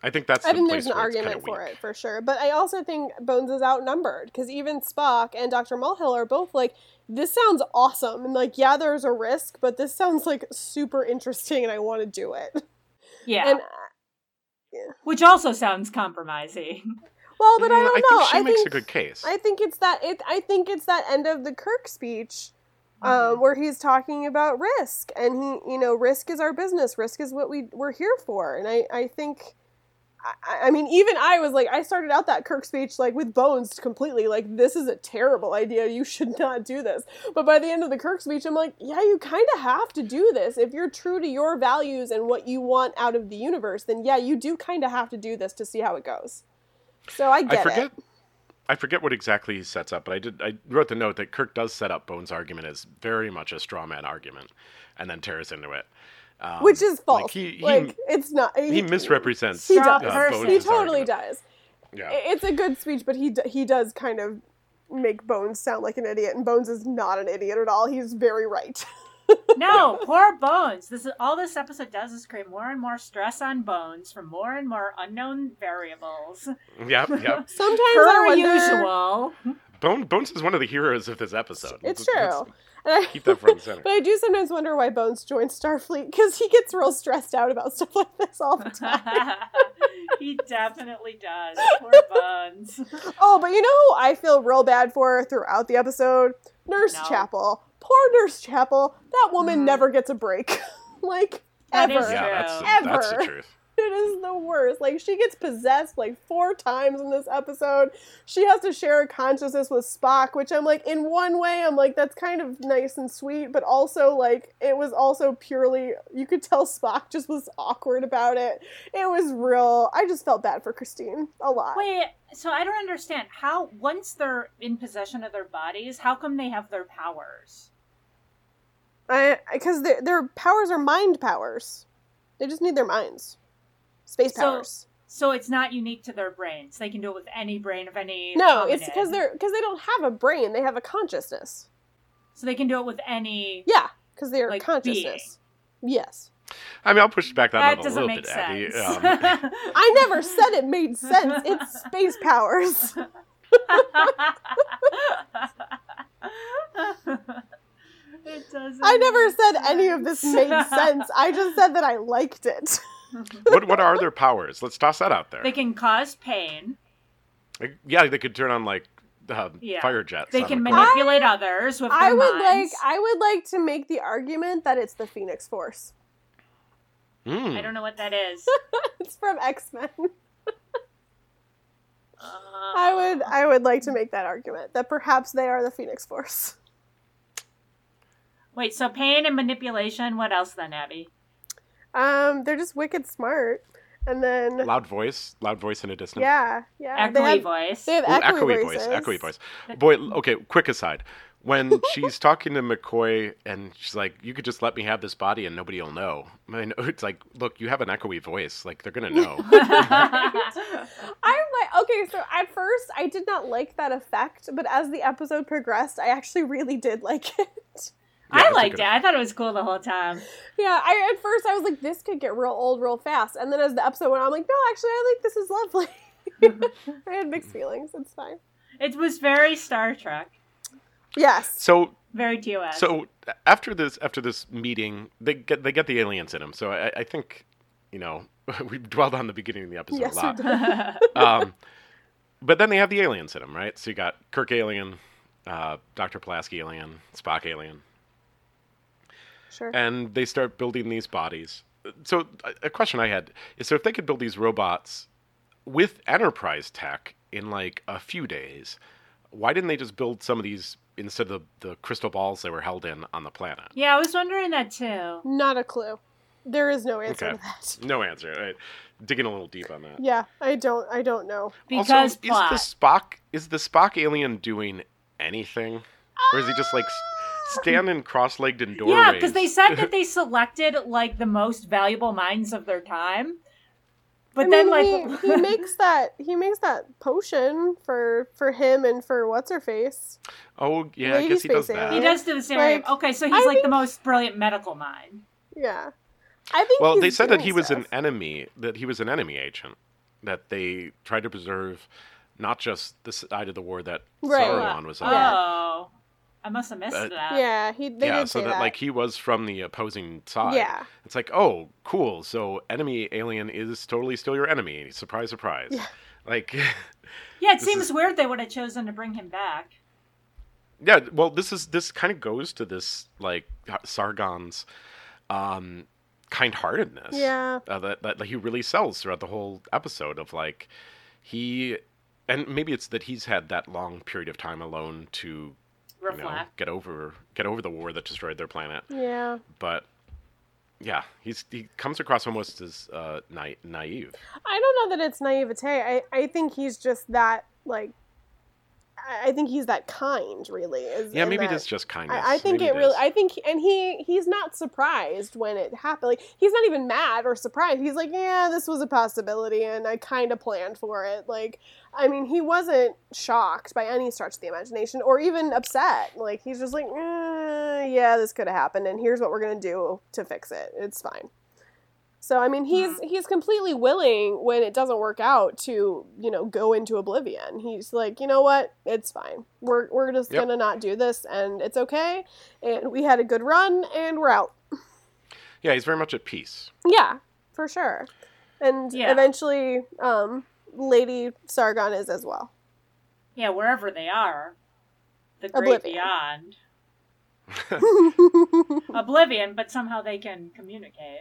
[SPEAKER 1] I think that's.
[SPEAKER 3] I
[SPEAKER 1] the
[SPEAKER 3] think there's
[SPEAKER 1] place
[SPEAKER 3] an
[SPEAKER 1] where it's kinda
[SPEAKER 3] argument for
[SPEAKER 1] weak.
[SPEAKER 3] it for sure, but I also think Bones is outnumbered because even Spock and Doctor Mulhill are both like this sounds awesome and like yeah there's a risk but this sounds like super interesting and I want to do it
[SPEAKER 2] Yeah,
[SPEAKER 3] and
[SPEAKER 2] which also sounds compromising.
[SPEAKER 3] well but I
[SPEAKER 1] Mm,
[SPEAKER 3] don't
[SPEAKER 1] think
[SPEAKER 3] know
[SPEAKER 1] she
[SPEAKER 3] I
[SPEAKER 1] makes
[SPEAKER 3] think
[SPEAKER 1] a good case.
[SPEAKER 3] I think it's that it. I think it's that end of the Kirk speech, um, where he's talking about risk, and he, you know, risk is our business. Risk is what we we're here for, and I, I think I, I mean, even I was like, I started out that Kirk speech like with bones completely. Like, this is a terrible idea. You should not do this. But by the end of the Kirk speech, I'm like, yeah, you kind of have to do this. If you're true to your values and what you want out of the universe, then yeah, you do kind of have to do this to see how it goes. So I get
[SPEAKER 1] I forget.
[SPEAKER 3] it.
[SPEAKER 1] I forget what exactly he sets up, but I did. I wrote the note that Kirk does set up Bones' argument as very much a straw man argument, and then tears into it. Um,
[SPEAKER 3] Which is false.
[SPEAKER 1] Like
[SPEAKER 3] Like,
[SPEAKER 1] he, he,
[SPEAKER 3] it's not.
[SPEAKER 1] he misrepresents. uh,
[SPEAKER 3] He
[SPEAKER 2] Straw
[SPEAKER 3] does.
[SPEAKER 2] person.
[SPEAKER 1] Bones'
[SPEAKER 3] he totally
[SPEAKER 1] argument.
[SPEAKER 3] does.
[SPEAKER 1] Yeah.
[SPEAKER 3] I- It's a good speech, but he d- he does kind of make Bones sound like an idiot, and Bones is not an idiot at all. He's very right.
[SPEAKER 2] No, poor Bones. This is all this episode does is create more and more stress on Bones from more and more unknown variables.
[SPEAKER 1] Yep. Yep.
[SPEAKER 3] Sometimes I
[SPEAKER 2] Per
[SPEAKER 3] wonder.
[SPEAKER 2] usual.
[SPEAKER 1] Bone, Bones is one of the heroes of this episode.
[SPEAKER 3] It's
[SPEAKER 1] Let's-
[SPEAKER 3] true. And I,
[SPEAKER 1] Keep that front and center.
[SPEAKER 3] but I do sometimes wonder why Bones joined Starfleet because he gets real stressed out about stuff like this all the time.
[SPEAKER 2] he definitely does. Poor Bones.
[SPEAKER 3] oh, but you know who I feel real bad for throughout the episode? Nurse
[SPEAKER 2] No.
[SPEAKER 3] Chapel. Poor Nurse Chapel. That woman
[SPEAKER 2] Mhm.
[SPEAKER 3] never gets a break. like
[SPEAKER 2] That
[SPEAKER 3] ever.
[SPEAKER 2] is
[SPEAKER 1] yeah,
[SPEAKER 2] true.
[SPEAKER 1] that's the, that's the
[SPEAKER 3] Ever.
[SPEAKER 1] truth.
[SPEAKER 3] It is the worst. Like she gets possessed like four times in this episode. She has to share a consciousness with Spock, which I'm like, in one way, I'm like, that's kind of nice and sweet, but also like it was also purely you could tell Spock just was awkward about it. It was real. I just felt bad for Christine a lot.
[SPEAKER 2] Wait, so I don't understand how once they're in possession of their bodies, how come they have their powers?
[SPEAKER 3] because their their powers are mind powers. They just need their minds, space
[SPEAKER 2] So-
[SPEAKER 3] powers.
[SPEAKER 2] So it's not unique to their brains. They can do it with any brain of any.
[SPEAKER 3] no, it's
[SPEAKER 2] hominid.
[SPEAKER 3] because they're because they don't have a brain. They have a consciousness.
[SPEAKER 2] So they can do it with any.
[SPEAKER 3] Yeah, because they are
[SPEAKER 2] Like,
[SPEAKER 3] consciousness. Yes.
[SPEAKER 1] I mean, I'll push back that,
[SPEAKER 2] That
[SPEAKER 1] note a
[SPEAKER 2] doesn't
[SPEAKER 1] little
[SPEAKER 2] make
[SPEAKER 1] bit, Abby.
[SPEAKER 2] sense.
[SPEAKER 1] Um,
[SPEAKER 3] I never said it made sense. It's space powers.
[SPEAKER 1] Um,
[SPEAKER 2] it doesn't.
[SPEAKER 3] I never
[SPEAKER 2] make
[SPEAKER 3] said any of this made
[SPEAKER 2] sense.
[SPEAKER 3] sense. I just said that I liked it.
[SPEAKER 1] what what are their powers? Let's toss that out there.
[SPEAKER 2] They can cause pain.
[SPEAKER 1] Like, yeah, they could turn on like uh,
[SPEAKER 2] Yeah.
[SPEAKER 1] fire jets.
[SPEAKER 2] They
[SPEAKER 1] on
[SPEAKER 2] can
[SPEAKER 1] the planet.
[SPEAKER 2] manipulate others with their
[SPEAKER 3] I would like
[SPEAKER 2] minds.
[SPEAKER 3] I would like to make the argument that it's the Phoenix Force.
[SPEAKER 2] I
[SPEAKER 1] Mm.
[SPEAKER 2] don't know what that is.
[SPEAKER 3] It's from X-Men.
[SPEAKER 2] Uh,
[SPEAKER 3] I would I would like to make that argument that perhaps they are the Phoenix Force.
[SPEAKER 2] Wait, so pain and manipulation. What else then, Abby?
[SPEAKER 3] Um they're just wicked smart. And then
[SPEAKER 1] Loud voice, loud voice in a distance.
[SPEAKER 3] yeah, yeah. Uh, They
[SPEAKER 2] Echoey
[SPEAKER 3] have,
[SPEAKER 2] voice.
[SPEAKER 3] they have
[SPEAKER 1] Ooh,
[SPEAKER 3] echoey,
[SPEAKER 1] echoey
[SPEAKER 3] voices.
[SPEAKER 1] voice, echoey voice. Boy, l- okay, quick aside. When she's talking to McCoy and she's like, "You could just let me have this body and nobody will know." I mean, it's like, look, you have an echoey voice. Like they're gonna know.
[SPEAKER 3] I'm like, okay, so at first I did not like that effect, but as the episode progressed, I actually really did like it.
[SPEAKER 1] Yeah,
[SPEAKER 2] I
[SPEAKER 1] that's a
[SPEAKER 2] liked
[SPEAKER 1] good-
[SPEAKER 2] it. I thought it was cool the whole time.
[SPEAKER 3] yeah, I at first I was like, this could get real old real fast, and then as the episode went on, I'm like, no, actually, I like this is lovely. I had
[SPEAKER 1] Mm.
[SPEAKER 3] mixed feelings. It's fine.
[SPEAKER 2] It was very Star Trek,
[SPEAKER 3] Yes.
[SPEAKER 1] So
[SPEAKER 2] very TOS.
[SPEAKER 1] So after this after this meeting, they get they get the aliens in them. So I, I think, you know, we dwelled on the beginning of the episode
[SPEAKER 3] Yes,
[SPEAKER 1] a
[SPEAKER 3] we
[SPEAKER 1] lot.
[SPEAKER 3] did.
[SPEAKER 1] Um, but then they have the aliens in them, right? So you got Kirk alien, uh, Doctor Pulaski alien, Spock alien,
[SPEAKER 3] Sure.
[SPEAKER 1] and they start building these bodies. So a- a question I had is: so if they could build these robots with Enterprise tech in like a few days, why didn't they just build some of these? Instead of the, the crystal balls they were held in on the planet.
[SPEAKER 2] yeah, I was wondering that too.
[SPEAKER 3] Not a clue. There is no answer
[SPEAKER 1] Okay.
[SPEAKER 3] to that.
[SPEAKER 1] No answer. All right. Digging a little deep on that.
[SPEAKER 3] Yeah, I don't. I don't know.
[SPEAKER 2] Because
[SPEAKER 1] also,
[SPEAKER 2] plot.
[SPEAKER 1] is the Spock is the Spock alien doing anything, or is he just like s- standing cross-legged in doorways?
[SPEAKER 2] Ah. Yeah, because they said that they selected like the most valuable minds of their time, but
[SPEAKER 3] I
[SPEAKER 2] then
[SPEAKER 3] mean,
[SPEAKER 2] like
[SPEAKER 3] he, he makes that he makes that potion for for him and for what's her face.
[SPEAKER 1] Oh yeah, I
[SPEAKER 3] Lady
[SPEAKER 1] guess he does
[SPEAKER 3] space
[SPEAKER 1] that.
[SPEAKER 2] he
[SPEAKER 3] alien.
[SPEAKER 2] does do the same.
[SPEAKER 3] Like,
[SPEAKER 2] okay, so he's
[SPEAKER 3] I
[SPEAKER 2] like the
[SPEAKER 3] think-
[SPEAKER 2] most brilliant medical mind.
[SPEAKER 3] Yeah, I think.
[SPEAKER 1] Well,
[SPEAKER 3] he's
[SPEAKER 1] they said that
[SPEAKER 3] doing
[SPEAKER 1] he was
[SPEAKER 3] stuff.
[SPEAKER 1] an enemy, that he was an enemy agent, that they tried to preserve not just the side of the war that
[SPEAKER 3] Right.
[SPEAKER 1] Saruman was on,
[SPEAKER 3] Yeah.
[SPEAKER 2] Oh, I must have missed
[SPEAKER 1] Uh,
[SPEAKER 2] that.
[SPEAKER 3] Yeah, he. They
[SPEAKER 1] yeah,
[SPEAKER 3] did
[SPEAKER 1] so
[SPEAKER 3] say
[SPEAKER 1] that, like he was from the opposing side.
[SPEAKER 3] Yeah.
[SPEAKER 1] It's like, oh, cool. So enemy alien is totally still your enemy. Surprise, surprise.
[SPEAKER 3] Yeah.
[SPEAKER 1] Like
[SPEAKER 2] Yeah, it
[SPEAKER 1] This
[SPEAKER 2] seems
[SPEAKER 1] is-
[SPEAKER 2] weird they would have chosen to bring him back.
[SPEAKER 1] Yeah, well this is this kind of goes to this like Sargon's um kind-heartedness
[SPEAKER 3] Yeah.
[SPEAKER 1] uh, that, that he really sells throughout the whole episode of like he and maybe it's that he's had that long period of time alone to you know,
[SPEAKER 2] Reflect.
[SPEAKER 1] get over get over the war that destroyed their planet
[SPEAKER 3] Yeah.
[SPEAKER 1] but yeah he's he comes across almost as uh na- naive
[SPEAKER 3] I don't know that it's naivete. I, I think he's just that like I- I think he's that kind really. Is,
[SPEAKER 1] yeah
[SPEAKER 3] and
[SPEAKER 1] maybe
[SPEAKER 3] that,
[SPEAKER 1] it is just kindness
[SPEAKER 3] I, I think
[SPEAKER 1] Maybe
[SPEAKER 3] it really
[SPEAKER 1] is.
[SPEAKER 3] I think and he he's not surprised when it happened. Like he's not even mad or surprised. He's like, "Yeah, this was a possibility and I kind of planned for it." Like I mean, he wasn't shocked by any stretch of the imagination or even upset. Like he's just like, eh, "Yeah, this could have happened and here's what we're going to do to fix it. It's fine." So I mean, he's
[SPEAKER 2] Mm-hmm.
[SPEAKER 3] he's completely willing when it doesn't work out to you know go into oblivion. He's like, you know what, it's fine. We're we're just
[SPEAKER 1] Yep.
[SPEAKER 3] gonna not do this, and it's okay. And we had a good run, and we're out.
[SPEAKER 1] yeah he's very much at peace
[SPEAKER 3] Yeah, for sure. And
[SPEAKER 2] Yeah.
[SPEAKER 3] eventually, um, Lady Sargon is as well.
[SPEAKER 2] Yeah, wherever they are. The great
[SPEAKER 3] Oblivion.
[SPEAKER 2] beyond. Oblivion, but somehow they can communicate.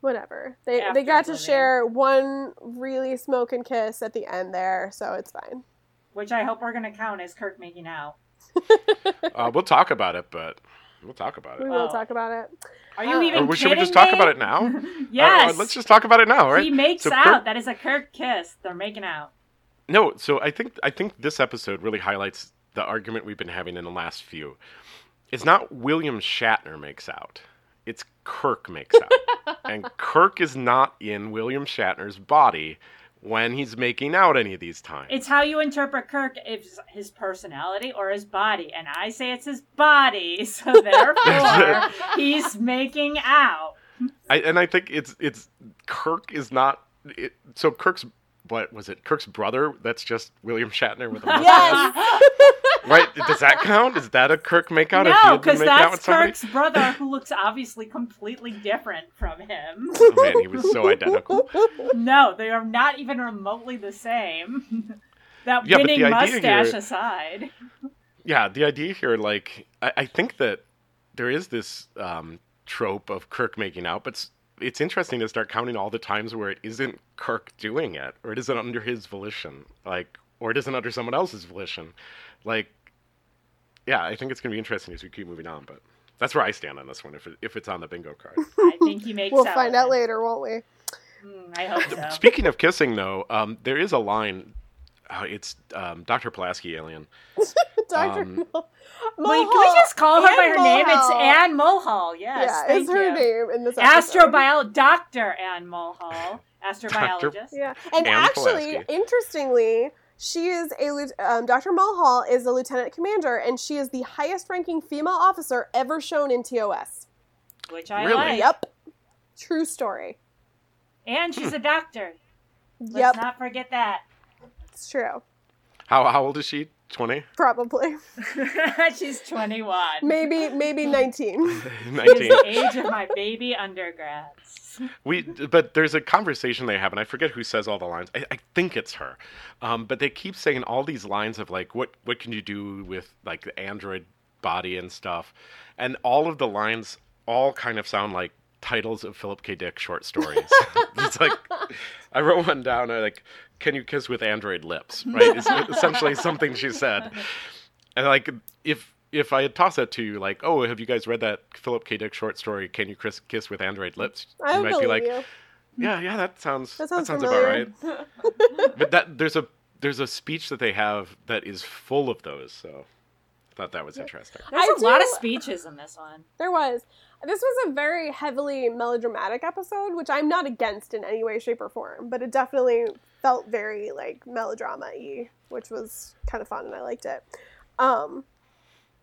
[SPEAKER 3] Whatever they
[SPEAKER 2] After
[SPEAKER 3] they got to
[SPEAKER 2] Oblivion.
[SPEAKER 3] share one really smoke and kiss at the end there, so it's fine.
[SPEAKER 2] Which I hope we're gonna count as Kirk making out.
[SPEAKER 1] uh, we'll talk about it but we'll talk about
[SPEAKER 3] We
[SPEAKER 1] it Uh,
[SPEAKER 2] Oh.
[SPEAKER 3] will talk about it.
[SPEAKER 2] Are
[SPEAKER 3] Oh.
[SPEAKER 2] you even
[SPEAKER 1] Or we- should we
[SPEAKER 2] kidding
[SPEAKER 1] just talk
[SPEAKER 2] me?
[SPEAKER 1] about it now? All
[SPEAKER 2] yes.
[SPEAKER 1] Uh, let's just talk about it now all right
[SPEAKER 2] He makes
[SPEAKER 1] So Kirk-
[SPEAKER 2] out. That is a Kirk kiss. They're making out.
[SPEAKER 1] No, so I think I think this episode really highlights the argument we've been having in the last few. It's not William Shatner makes out. It's Kirk makes out. and Kirk is not in William Shatner's body when he's making out any of these times.
[SPEAKER 2] It's how you interpret Kirk is his personality or his body, and I say it's his body, so therefore he's making out.
[SPEAKER 1] I, and I think it's it's Kirk is not it, so Kirk's what was it? Kirk's brother? That's just William Shatner with a mustache.
[SPEAKER 3] Yes,
[SPEAKER 1] Right? Does that count? Is that a Kirk make out? if he
[SPEAKER 2] no,
[SPEAKER 1] had been
[SPEAKER 2] because
[SPEAKER 1] making out with
[SPEAKER 2] that's
[SPEAKER 1] somebody?
[SPEAKER 2] Kirk's brother, who looks obviously completely different from him.
[SPEAKER 1] Oh, man, he was so identical.
[SPEAKER 2] No, they are not even remotely the same. that
[SPEAKER 1] Yeah, but
[SPEAKER 2] winning
[SPEAKER 1] the idea
[SPEAKER 2] mustache
[SPEAKER 1] here-
[SPEAKER 2] aside.
[SPEAKER 1] yeah the idea here like i, I think that there is this um, trope of kirk making out but it's, it's interesting to start counting all the times where it isn't kirk doing it or it isn't under his volition like or it isn't under someone else's volition like yeah i think it's going to be interesting as we keep moving on but that's where i stand on this one if, it, if it's on the bingo card
[SPEAKER 2] I think he makes
[SPEAKER 3] we'll
[SPEAKER 2] out.
[SPEAKER 3] find
[SPEAKER 2] with
[SPEAKER 3] out
[SPEAKER 2] him.
[SPEAKER 3] later, won't we?
[SPEAKER 2] Mm, I hope so.
[SPEAKER 1] Speaking of kissing, though, um, there is a line. Uh, it's um, Dr. Pulaski, alien.
[SPEAKER 3] Dr.
[SPEAKER 1] Um,
[SPEAKER 3] Mul-
[SPEAKER 2] Wait, can we just call her
[SPEAKER 3] Anne
[SPEAKER 2] by her name? It's
[SPEAKER 3] Mulhall.
[SPEAKER 2] Anne Mulhall. Yes,
[SPEAKER 3] yeah,
[SPEAKER 2] thank
[SPEAKER 3] it's her
[SPEAKER 2] you.
[SPEAKER 3] name in this episode.
[SPEAKER 2] Astrobiol Doctor Anne Mulhall, astrobiologist.
[SPEAKER 3] Yeah, and
[SPEAKER 1] Anne
[SPEAKER 3] actually,
[SPEAKER 1] Pulaski. interestingly,
[SPEAKER 3] interestingly, she is a lieu- um, Dr. Mulhall is a lieutenant commander, and she is the highest-ranking female officer ever shown in TOS.
[SPEAKER 2] which I
[SPEAKER 1] Really?
[SPEAKER 2] like.
[SPEAKER 3] Yep, true story.
[SPEAKER 2] And she's a doctor. Let's
[SPEAKER 3] Yep,
[SPEAKER 2] not forget that.
[SPEAKER 3] it's true.
[SPEAKER 1] How, how old is she? 20?
[SPEAKER 3] Probably,
[SPEAKER 2] she's 21.
[SPEAKER 3] maybe, maybe nineteen.
[SPEAKER 1] 19?
[SPEAKER 2] The age of my baby undergrads.
[SPEAKER 1] We, but there's a conversation they have, and I forget who says all the lines. I, I think it's her, um, but they keep saying all these lines of like, what what can you do with like the android body and stuff, and all of the lines all kind of sound like titles of Philip K. Dick short stories. it's like I wrote one down. I like, can you kiss with android lips? Right, is essentially something she said, and like if. If I had tossed that to you, like, oh, have you guys read that Philip K. Dick short story, Can You Kiss, Kiss with Android Lips?
[SPEAKER 3] I
[SPEAKER 1] you
[SPEAKER 3] would
[SPEAKER 1] might be
[SPEAKER 3] believe
[SPEAKER 1] like,
[SPEAKER 3] you.
[SPEAKER 1] yeah, yeah, that sounds that
[SPEAKER 3] That
[SPEAKER 1] sounds,
[SPEAKER 3] sounds
[SPEAKER 1] about right.
[SPEAKER 3] familiar.
[SPEAKER 1] but that there's a there's a speech that they have that is full of those. So I thought that was interesting.
[SPEAKER 2] There's
[SPEAKER 3] I
[SPEAKER 2] a lot
[SPEAKER 3] do-
[SPEAKER 2] of speeches in this one.
[SPEAKER 3] There was. This was a very heavily melodramatic episode, which I'm not against in any way, shape, or form, but it definitely felt very like melodrama y, which was kind of fun and I liked it. Um,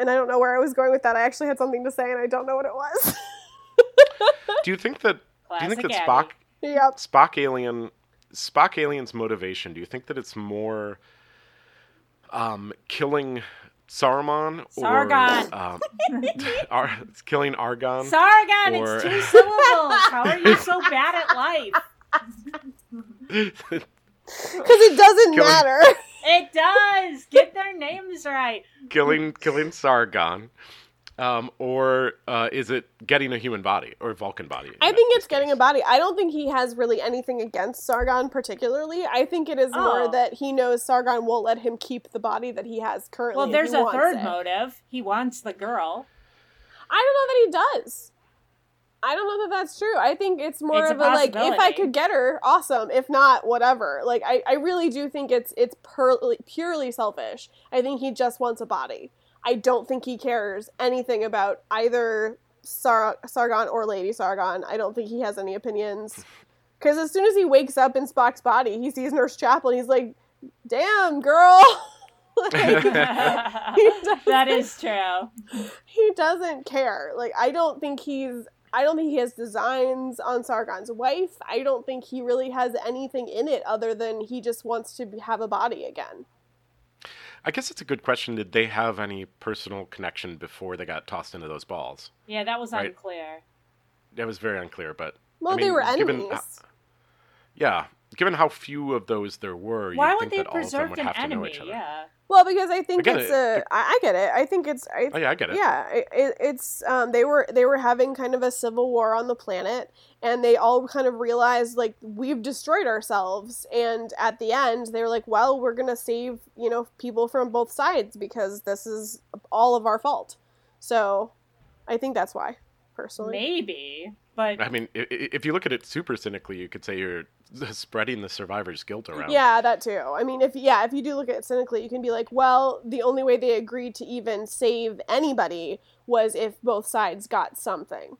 [SPEAKER 3] and I don't know where I was going with that. I actually had something to say and I don't know what it was.
[SPEAKER 1] Do you think that do you
[SPEAKER 2] Classic
[SPEAKER 1] think that Spock
[SPEAKER 2] Abby.
[SPEAKER 3] yep.
[SPEAKER 1] Spock alien Spock alien's motivation? Do you think that it's more um, killing Saruman
[SPEAKER 2] Sargon.
[SPEAKER 1] or um, Ar- it's killing Argon?
[SPEAKER 2] Sargon,
[SPEAKER 1] um, Or-
[SPEAKER 2] it's two syllables. How are you so bad at life?
[SPEAKER 3] Because it doesn't
[SPEAKER 1] Killing-
[SPEAKER 3] matter.
[SPEAKER 2] It does. Get their names right.
[SPEAKER 1] killing killing Sargon. Um, or uh, is it getting a human body or Vulcan body? in
[SPEAKER 3] I
[SPEAKER 1] that-
[SPEAKER 3] think
[SPEAKER 1] this
[SPEAKER 3] it's getting
[SPEAKER 1] case?
[SPEAKER 3] a body. I don't think he has really anything against Sargon particularly. I think it is
[SPEAKER 2] Oh.
[SPEAKER 3] more that he knows Sargon won't let him keep the body that he has currently.
[SPEAKER 2] Well,
[SPEAKER 3] if
[SPEAKER 2] there's
[SPEAKER 3] he
[SPEAKER 2] a
[SPEAKER 3] wants
[SPEAKER 2] third
[SPEAKER 3] it.
[SPEAKER 2] motive. He wants the girl.
[SPEAKER 3] I don't know that he does. I don't know that that's true. I think it's more
[SPEAKER 2] It's a
[SPEAKER 3] of a, like if I
[SPEAKER 2] possibility.
[SPEAKER 3] could get her, awesome. If not, whatever. Like I, I really do think it's it's purely purely selfish. I think he just wants a body. I don't think he cares anything about either Sar- Sargon or Lady Sargon. I don't think he has any opinions. Because as soon as he wakes up in Spock's body, he sees Nurse Chapel and he's like, "Damn, girl." like,
[SPEAKER 2] that is true.
[SPEAKER 3] he doesn't care. Like I don't think he's I don't think he has designs on Sargon's wife. I don't think he really has anything in it other than he just wants to be- have a body again.
[SPEAKER 1] I guess it's a good question. Did they have any personal connection before they got tossed into those balls?
[SPEAKER 2] Yeah, that was
[SPEAKER 1] Right.
[SPEAKER 2] unclear.
[SPEAKER 1] That was very unclear, but
[SPEAKER 3] Well,
[SPEAKER 1] I mean,
[SPEAKER 3] they were
[SPEAKER 1] given- uh,
[SPEAKER 3] enemies.
[SPEAKER 1] yeah, given how few of those there were,
[SPEAKER 2] Why
[SPEAKER 1] you'd
[SPEAKER 2] would
[SPEAKER 1] think
[SPEAKER 2] they
[SPEAKER 1] that all of them
[SPEAKER 2] preserve
[SPEAKER 1] would
[SPEAKER 2] an
[SPEAKER 1] have to know
[SPEAKER 2] enemy?
[SPEAKER 1] each other.
[SPEAKER 2] Yeah.
[SPEAKER 3] well, because I think
[SPEAKER 1] Again,
[SPEAKER 3] it's
[SPEAKER 1] it-
[SPEAKER 3] a I, I get it. I think it's I,
[SPEAKER 1] Oh yeah, I get it.
[SPEAKER 3] yeah it, it, it's um, they were they were having kind of a civil war on the planet and they all kind of realized like we've destroyed ourselves and at the end they were like well we're gonna save you know people from both sides because this is all of our fault so i think that's why personally
[SPEAKER 2] Maybe, but
[SPEAKER 1] I mean, i- i- if you look at it super cynically, you could say you're spreading the survivor's guilt around.
[SPEAKER 3] Yeah, that too. I mean, if yeah, if you do look at it cynically, you can be like, well, the only way they agreed to even save anybody was if both sides got something.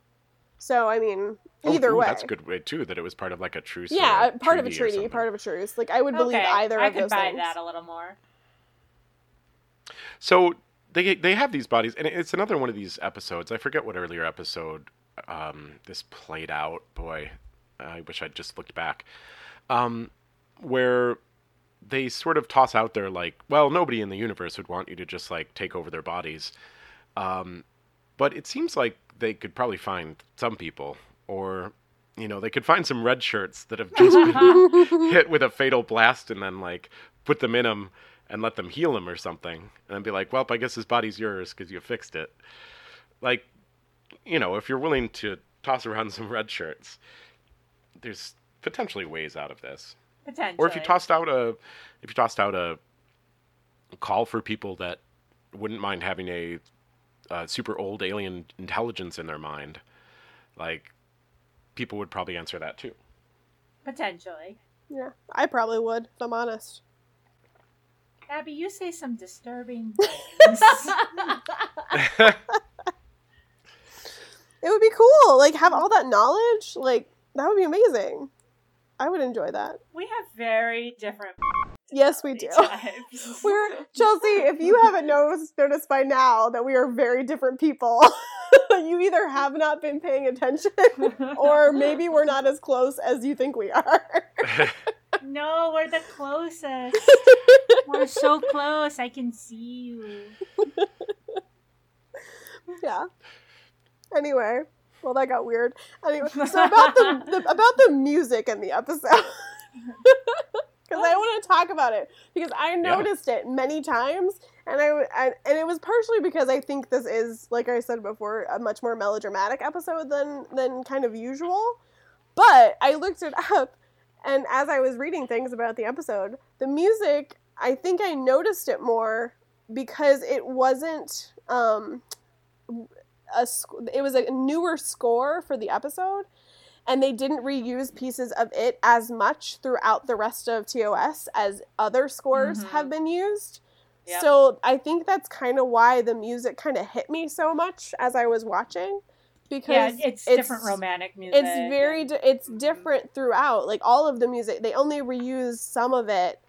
[SPEAKER 3] So I mean,
[SPEAKER 1] Oh,
[SPEAKER 3] either
[SPEAKER 1] ooh,
[SPEAKER 3] way,
[SPEAKER 1] that's a good way too. That it was part of like a truce. or
[SPEAKER 3] yeah, uh, part of a
[SPEAKER 1] or
[SPEAKER 3] treaty,
[SPEAKER 1] something.
[SPEAKER 3] part of a truce. Like I would believe
[SPEAKER 2] okay,
[SPEAKER 3] either
[SPEAKER 2] I
[SPEAKER 3] of
[SPEAKER 2] could
[SPEAKER 3] those
[SPEAKER 2] buy
[SPEAKER 3] things.
[SPEAKER 2] that a little more.
[SPEAKER 1] So they they have these bodies, and it's another one of these episodes. I forget what earlier episode um, this played out. Boy, I wish I'd just looked back. Um, where they sort of toss out there like, well, nobody in the universe would want you to just like take over their bodies. Um, but it seems like they could probably find some people, or you know, they could find some red shirts that have just been hit with a fatal blast and then like put them in him and let them heal him or something and then be like well i guess his body's yours because you fixed it like you know if you're willing to toss around some red shirts there's potentially ways out of this
[SPEAKER 2] Potentially.
[SPEAKER 1] or if you tossed out a if you tossed out a call for people that wouldn't mind having a, uh super old alien intelligence in their mind like people would probably answer that too
[SPEAKER 2] Potentially.
[SPEAKER 3] yeah, I probably would, if I'm honest.
[SPEAKER 2] Abby, you say some disturbing things.
[SPEAKER 3] It would be cool, like have all that knowledge. Like that would be amazing. I would enjoy that.
[SPEAKER 2] we have very different
[SPEAKER 3] Yes, we do.
[SPEAKER 2] types.
[SPEAKER 3] We're Chelsea. If you haven't noticed, noticed by now that we are very different people, you either have not been paying attention, or maybe we're not as close as you think we are.
[SPEAKER 2] No, we're the closest. we're so close. I can see you.
[SPEAKER 3] yeah. Anyway, well, that got weird. Anyway, so about the, the about the music in the episode, because I want to talk about it because I noticed it many times, and I, w- and- and it was partially because I think this is, like I said before, a much more melodramatic episode than than kind of usual. But I looked it up, and as I was reading things about the episode, the music, I think I noticed it more because it wasn't. Um, a sc- it was a newer score for the episode and they didn't reuse pieces of it as much throughout the rest of TOS as other scores
[SPEAKER 2] Mhm.
[SPEAKER 3] have been used.
[SPEAKER 2] Yep.
[SPEAKER 3] So I think that's kind of why the music kind of hit me so much as I was watching
[SPEAKER 2] Yeah,
[SPEAKER 3] because
[SPEAKER 2] it's, different romantic music.
[SPEAKER 3] it's very di- it's
[SPEAKER 2] Mhm.
[SPEAKER 3] different throughout like all of the music they only reuse some of it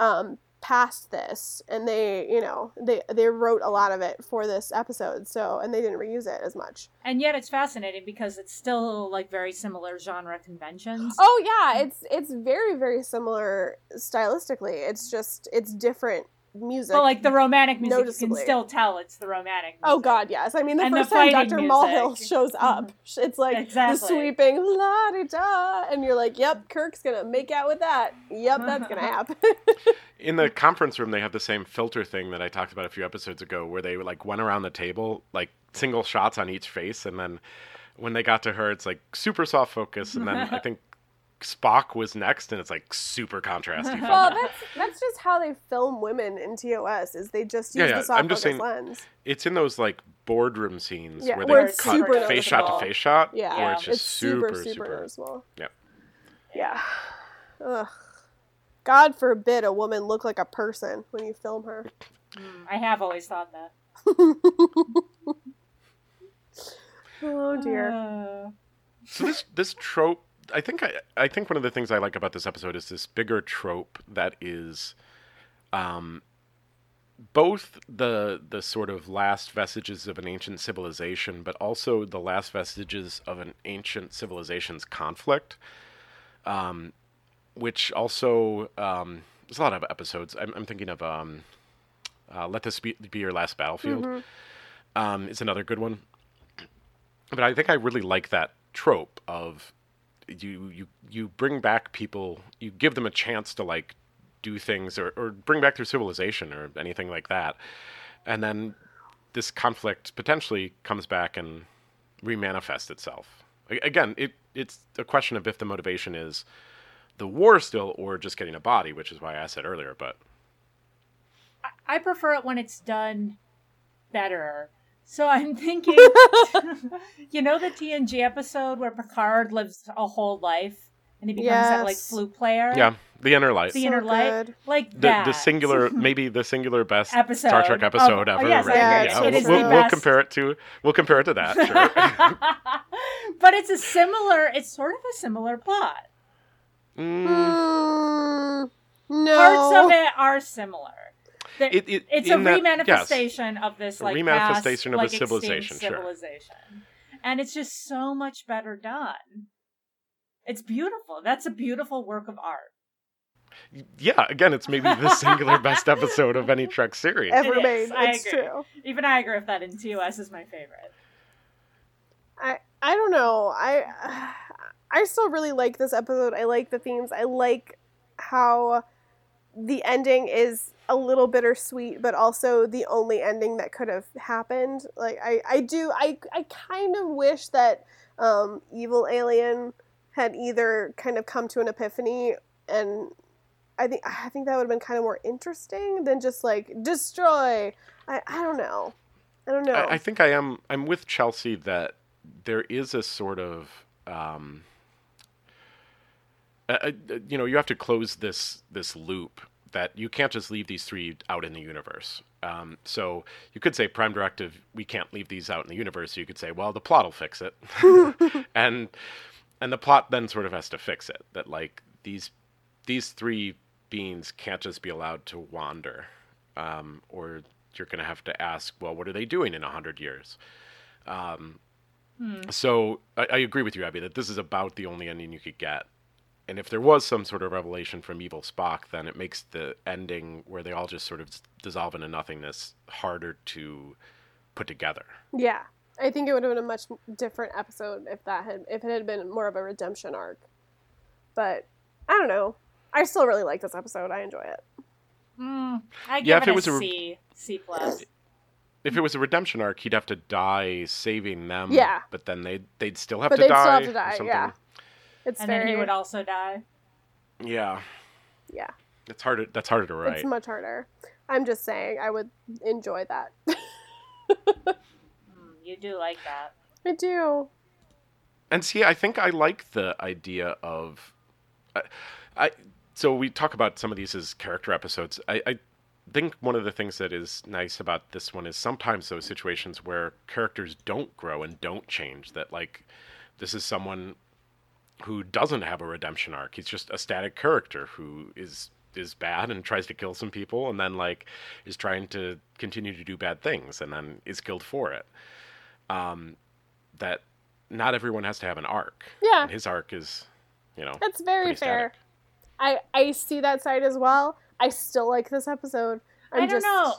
[SPEAKER 3] um past this and they you know they they wrote a lot of it for this episode so and they didn't reuse it as much
[SPEAKER 2] and yet it's fascinating because it's still like very similar genre conventions.
[SPEAKER 3] oh yeah it's it's very very similar stylistically it's just it's different music.
[SPEAKER 2] Well, like the romantic music, you
[SPEAKER 3] Noticeably.
[SPEAKER 2] can still tell it's the romantic. Music.
[SPEAKER 3] Oh God, yes. I mean, the
[SPEAKER 2] And the
[SPEAKER 3] first time
[SPEAKER 2] fighting
[SPEAKER 3] Dr.
[SPEAKER 2] music.
[SPEAKER 3] Mulhill shows up, sh- it's like the
[SPEAKER 2] Exactly.
[SPEAKER 3] sweeping la da da, and you're like, "Yep, Kirk's gonna make out with that. Yep, that's gonna happen."
[SPEAKER 1] In the conference room, they have the same filter thing that I talked about a few episodes ago, where they like went around the table, like single shots on each face, and then when they got to her, it's like super soft focus, and then I think Spock was next, and it's like super contrasty.
[SPEAKER 3] well, that's that's just how they film women in TOS. Is they just use
[SPEAKER 1] Yeah, yeah,
[SPEAKER 3] the soft
[SPEAKER 1] I'm just
[SPEAKER 3] focus
[SPEAKER 1] saying-
[SPEAKER 3] lens.
[SPEAKER 1] It's in those like boardroom scenes
[SPEAKER 3] Yeah,
[SPEAKER 1] where
[SPEAKER 3] where
[SPEAKER 1] they
[SPEAKER 3] it's
[SPEAKER 1] cut
[SPEAKER 3] super
[SPEAKER 1] face shot
[SPEAKER 3] noticeable.
[SPEAKER 1] to face shot,
[SPEAKER 3] Yeah,
[SPEAKER 1] where it's
[SPEAKER 2] Yeah.
[SPEAKER 1] just
[SPEAKER 3] it's
[SPEAKER 1] super, super,
[SPEAKER 3] noticeable.
[SPEAKER 1] Yep.
[SPEAKER 3] Yeah. Ugh. God forbid a woman look like a person when you film her.
[SPEAKER 2] Mm, I have always thought that.
[SPEAKER 3] Oh dear.
[SPEAKER 2] Uh,
[SPEAKER 1] so this this trope i think I, I think one of the things i like about this episode is this bigger trope that is um both the the sort of last vestiges of an ancient civilization but also the last vestiges of an ancient civilization's conflict um which also um there's a lot of episodes i'm, I'm thinking of um uh, let this be, be your last battlefield um is another good one but I think I really like that trope of you you you bring back people, you give them a chance to like do things or, or bring back their civilization or anything like that, and then this conflict potentially comes back and remanifests itself. A- Again, it it's a question of if the motivation is the war still or just getting a body, which is why I said earlier. But
[SPEAKER 2] I prefer it when it's done better. So I'm thinking, you know, the TNG episode where Picard lives a whole life and he becomes that like
[SPEAKER 3] Yes.
[SPEAKER 2] flute player.
[SPEAKER 1] yeah, the inner light,
[SPEAKER 2] the
[SPEAKER 1] the
[SPEAKER 3] So
[SPEAKER 2] inner light,
[SPEAKER 3] good.
[SPEAKER 2] like
[SPEAKER 1] the,
[SPEAKER 2] that.
[SPEAKER 1] singular maybe the singular best
[SPEAKER 2] episode
[SPEAKER 1] Star Trek
[SPEAKER 2] of-
[SPEAKER 1] episode
[SPEAKER 2] oh,
[SPEAKER 1] ever.
[SPEAKER 2] yes,
[SPEAKER 1] right?
[SPEAKER 3] Yeah,
[SPEAKER 1] Yeah,
[SPEAKER 3] it
[SPEAKER 1] we'll,
[SPEAKER 3] is the
[SPEAKER 1] we'll, we'll
[SPEAKER 2] best.
[SPEAKER 1] compare it to we'll compare it to that. Sure.
[SPEAKER 2] but it's a similar. It's sort of a similar plot.
[SPEAKER 1] Mm,
[SPEAKER 3] Mm, no.
[SPEAKER 2] Parts of it are similar. There-
[SPEAKER 1] it, it,
[SPEAKER 2] it's a
[SPEAKER 1] in that- yes.
[SPEAKER 2] remanifestation of this
[SPEAKER 1] A
[SPEAKER 2] like
[SPEAKER 1] remanifestation
[SPEAKER 2] past,
[SPEAKER 1] of a
[SPEAKER 2] like, extinct
[SPEAKER 1] civilization, sure.
[SPEAKER 2] civilization. and it's just so much better done. It's beautiful. That's a beautiful work of art.
[SPEAKER 1] Yeah, again, it's maybe the singular best episode of any Trek series.
[SPEAKER 3] Ever
[SPEAKER 2] It
[SPEAKER 3] made.
[SPEAKER 2] is, I
[SPEAKER 3] It's
[SPEAKER 2] agree.
[SPEAKER 3] true.
[SPEAKER 2] Even I agree with that. In TOS is my favorite.
[SPEAKER 3] I I don't know. I I still really like this episode. I like the themes. I like how the ending is a little bittersweet, but also the only ending that could have happened. Like I I do I I kind of wish that um, evil alien had either kind of come to an epiphany and I think I think that would have been kind of more interesting than just like destroy. I, I don't know. I don't know.
[SPEAKER 1] I, I think I am. I'm with Chelsea that there is a sort of, um, uh, uh, you know, you have to close this this loop that you can't just leave these three out in the universe. Um, so you could say prime directive, we can't leave these out in the universe. You could say, well, the plot will fix it, and and the plot then sort of has to fix it. That like these these three beings can't just be allowed to wander, um, or you're going to have to ask, well, what are they doing in hundred years?
[SPEAKER 2] Hmm.
[SPEAKER 1] Um, So I, I agree with you, Abby, that this is about the only ending you could get. And if there was some sort of revelation from evil Spock, then it makes the ending where they all just sort of s- dissolve into nothingness harder to put together.
[SPEAKER 3] Yeah, I think it would have been a much different episode if that had if it had been more of a redemption arc. But I don't know. I still really like this episode. I enjoy it.
[SPEAKER 2] Mm, I give
[SPEAKER 1] Yeah, if
[SPEAKER 2] it,
[SPEAKER 1] it
[SPEAKER 2] a
[SPEAKER 1] was a re-
[SPEAKER 2] C, C plus.
[SPEAKER 1] If it was a redemption arc, he'd have to die saving them.
[SPEAKER 3] Yeah.
[SPEAKER 1] But then they'd, they'd still have
[SPEAKER 3] But
[SPEAKER 1] to
[SPEAKER 3] they'd still
[SPEAKER 1] die.
[SPEAKER 3] have to
[SPEAKER 1] or
[SPEAKER 3] die,
[SPEAKER 1] something.
[SPEAKER 3] yeah. It's
[SPEAKER 2] and
[SPEAKER 3] very
[SPEAKER 2] then he would also die.
[SPEAKER 1] Yeah.
[SPEAKER 3] yeah.
[SPEAKER 1] It's harder, that's harder to write.
[SPEAKER 3] It's much harder. I'm just saying, I would enjoy that.
[SPEAKER 2] Mm, you do like that.
[SPEAKER 3] I do.
[SPEAKER 1] and see i think i like the idea of I, I so we talk about some of these as character episodes I, I think one of the things that is nice about this one is sometimes those situations where characters don't grow and don't change that like this is someone who doesn't have a redemption arc he's just a static character who is is bad and tries to kill some people and then like is trying to continue to do bad things and then is killed for it Um, that not everyone has to have an arc.
[SPEAKER 3] Yeah.
[SPEAKER 1] And his arc is, you know,
[SPEAKER 3] That's very
[SPEAKER 1] pretty
[SPEAKER 3] fair.
[SPEAKER 1] static.
[SPEAKER 3] I I see that side as well. I still like this episode.
[SPEAKER 2] I'm I do not know.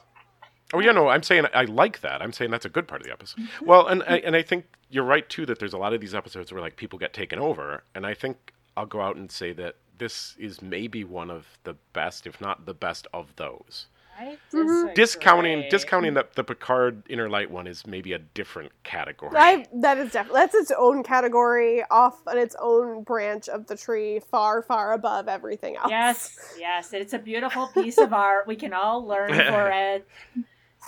[SPEAKER 1] Oh yeah, no, I'm saying I like that. I'm saying that's a good part of the episode.
[SPEAKER 3] Mm-hmm.
[SPEAKER 1] Well, and I, and I think you're right too that there's a lot of these episodes where like people get taken over, and I think I'll go out and say that this is maybe one of the best, if not the best of those.
[SPEAKER 2] I
[SPEAKER 3] Mm-hmm.
[SPEAKER 2] disagree.
[SPEAKER 1] Discounting discounting that the Picard Inner Light one is maybe a different category.
[SPEAKER 3] I, that is definitely that's its own category, off on its own branch of the tree, far, far above everything else.
[SPEAKER 2] Yes, yes, it's a beautiful piece of art. We can all learn for it.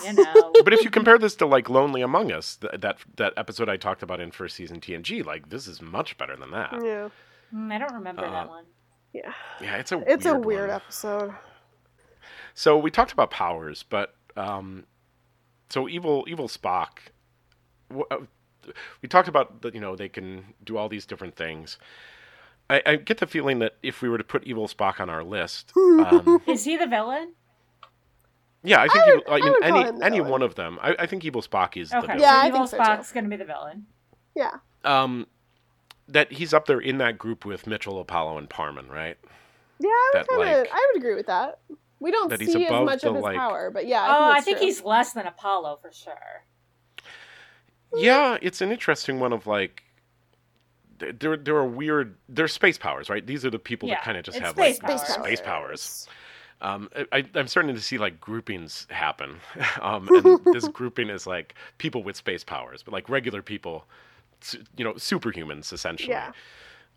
[SPEAKER 2] You know.
[SPEAKER 1] but if you compare this to like Lonely Among Us, th- that that episode I talked about in first season TNG, like this is much better than that.
[SPEAKER 3] Yeah,
[SPEAKER 2] Mm, I don't remember
[SPEAKER 1] Uh,
[SPEAKER 2] that one.
[SPEAKER 3] yeah.
[SPEAKER 1] Yeah, it's a
[SPEAKER 3] It's
[SPEAKER 1] weird
[SPEAKER 3] a weird
[SPEAKER 1] one.
[SPEAKER 3] episode.
[SPEAKER 1] So we talked about powers, but um, so evil evil Spock. w- uh, We talked about that you know they can do all these different things. I, I get the feeling that if we were to put evil Spock on our list, um,
[SPEAKER 2] Is he the villain?
[SPEAKER 1] yeah, I think
[SPEAKER 3] would-
[SPEAKER 1] evil, I
[SPEAKER 3] I
[SPEAKER 1] mean
[SPEAKER 3] would call him
[SPEAKER 1] any
[SPEAKER 3] the
[SPEAKER 1] any
[SPEAKER 3] villain.
[SPEAKER 1] one of them. I, I think evil Spock is the
[SPEAKER 2] Okay,
[SPEAKER 1] villain.
[SPEAKER 3] Yeah, I
[SPEAKER 2] so Evil
[SPEAKER 3] think so, too.
[SPEAKER 2] Spock's gonna be the villain.
[SPEAKER 3] Yeah.
[SPEAKER 1] Um, that he's up there in that group with Mitchell, Apollo, and Parman, right?
[SPEAKER 3] Yeah, I would
[SPEAKER 1] That,
[SPEAKER 3] kind of
[SPEAKER 1] like-
[SPEAKER 3] I would agree with that. We don't
[SPEAKER 1] that he's
[SPEAKER 3] see as
[SPEAKER 1] above
[SPEAKER 3] much
[SPEAKER 1] the,
[SPEAKER 3] of his
[SPEAKER 1] like-
[SPEAKER 3] power, but yeah.
[SPEAKER 2] oh, I
[SPEAKER 3] that's
[SPEAKER 2] think
[SPEAKER 3] true.
[SPEAKER 2] he's less than Apollo for sure.
[SPEAKER 1] Yeah, it's an interesting one of like th- they're they're a weird they're space powers, right? These are the people
[SPEAKER 2] Yeah,
[SPEAKER 1] that kind of just
[SPEAKER 2] it's
[SPEAKER 1] have
[SPEAKER 2] space
[SPEAKER 1] like
[SPEAKER 2] powers.
[SPEAKER 1] space powers. Um, I- I, I'm starting to see like groupings happen, um, and this grouping is like people with space powers, but like regular people, su- you know, superhumans essentially.
[SPEAKER 3] Yeah.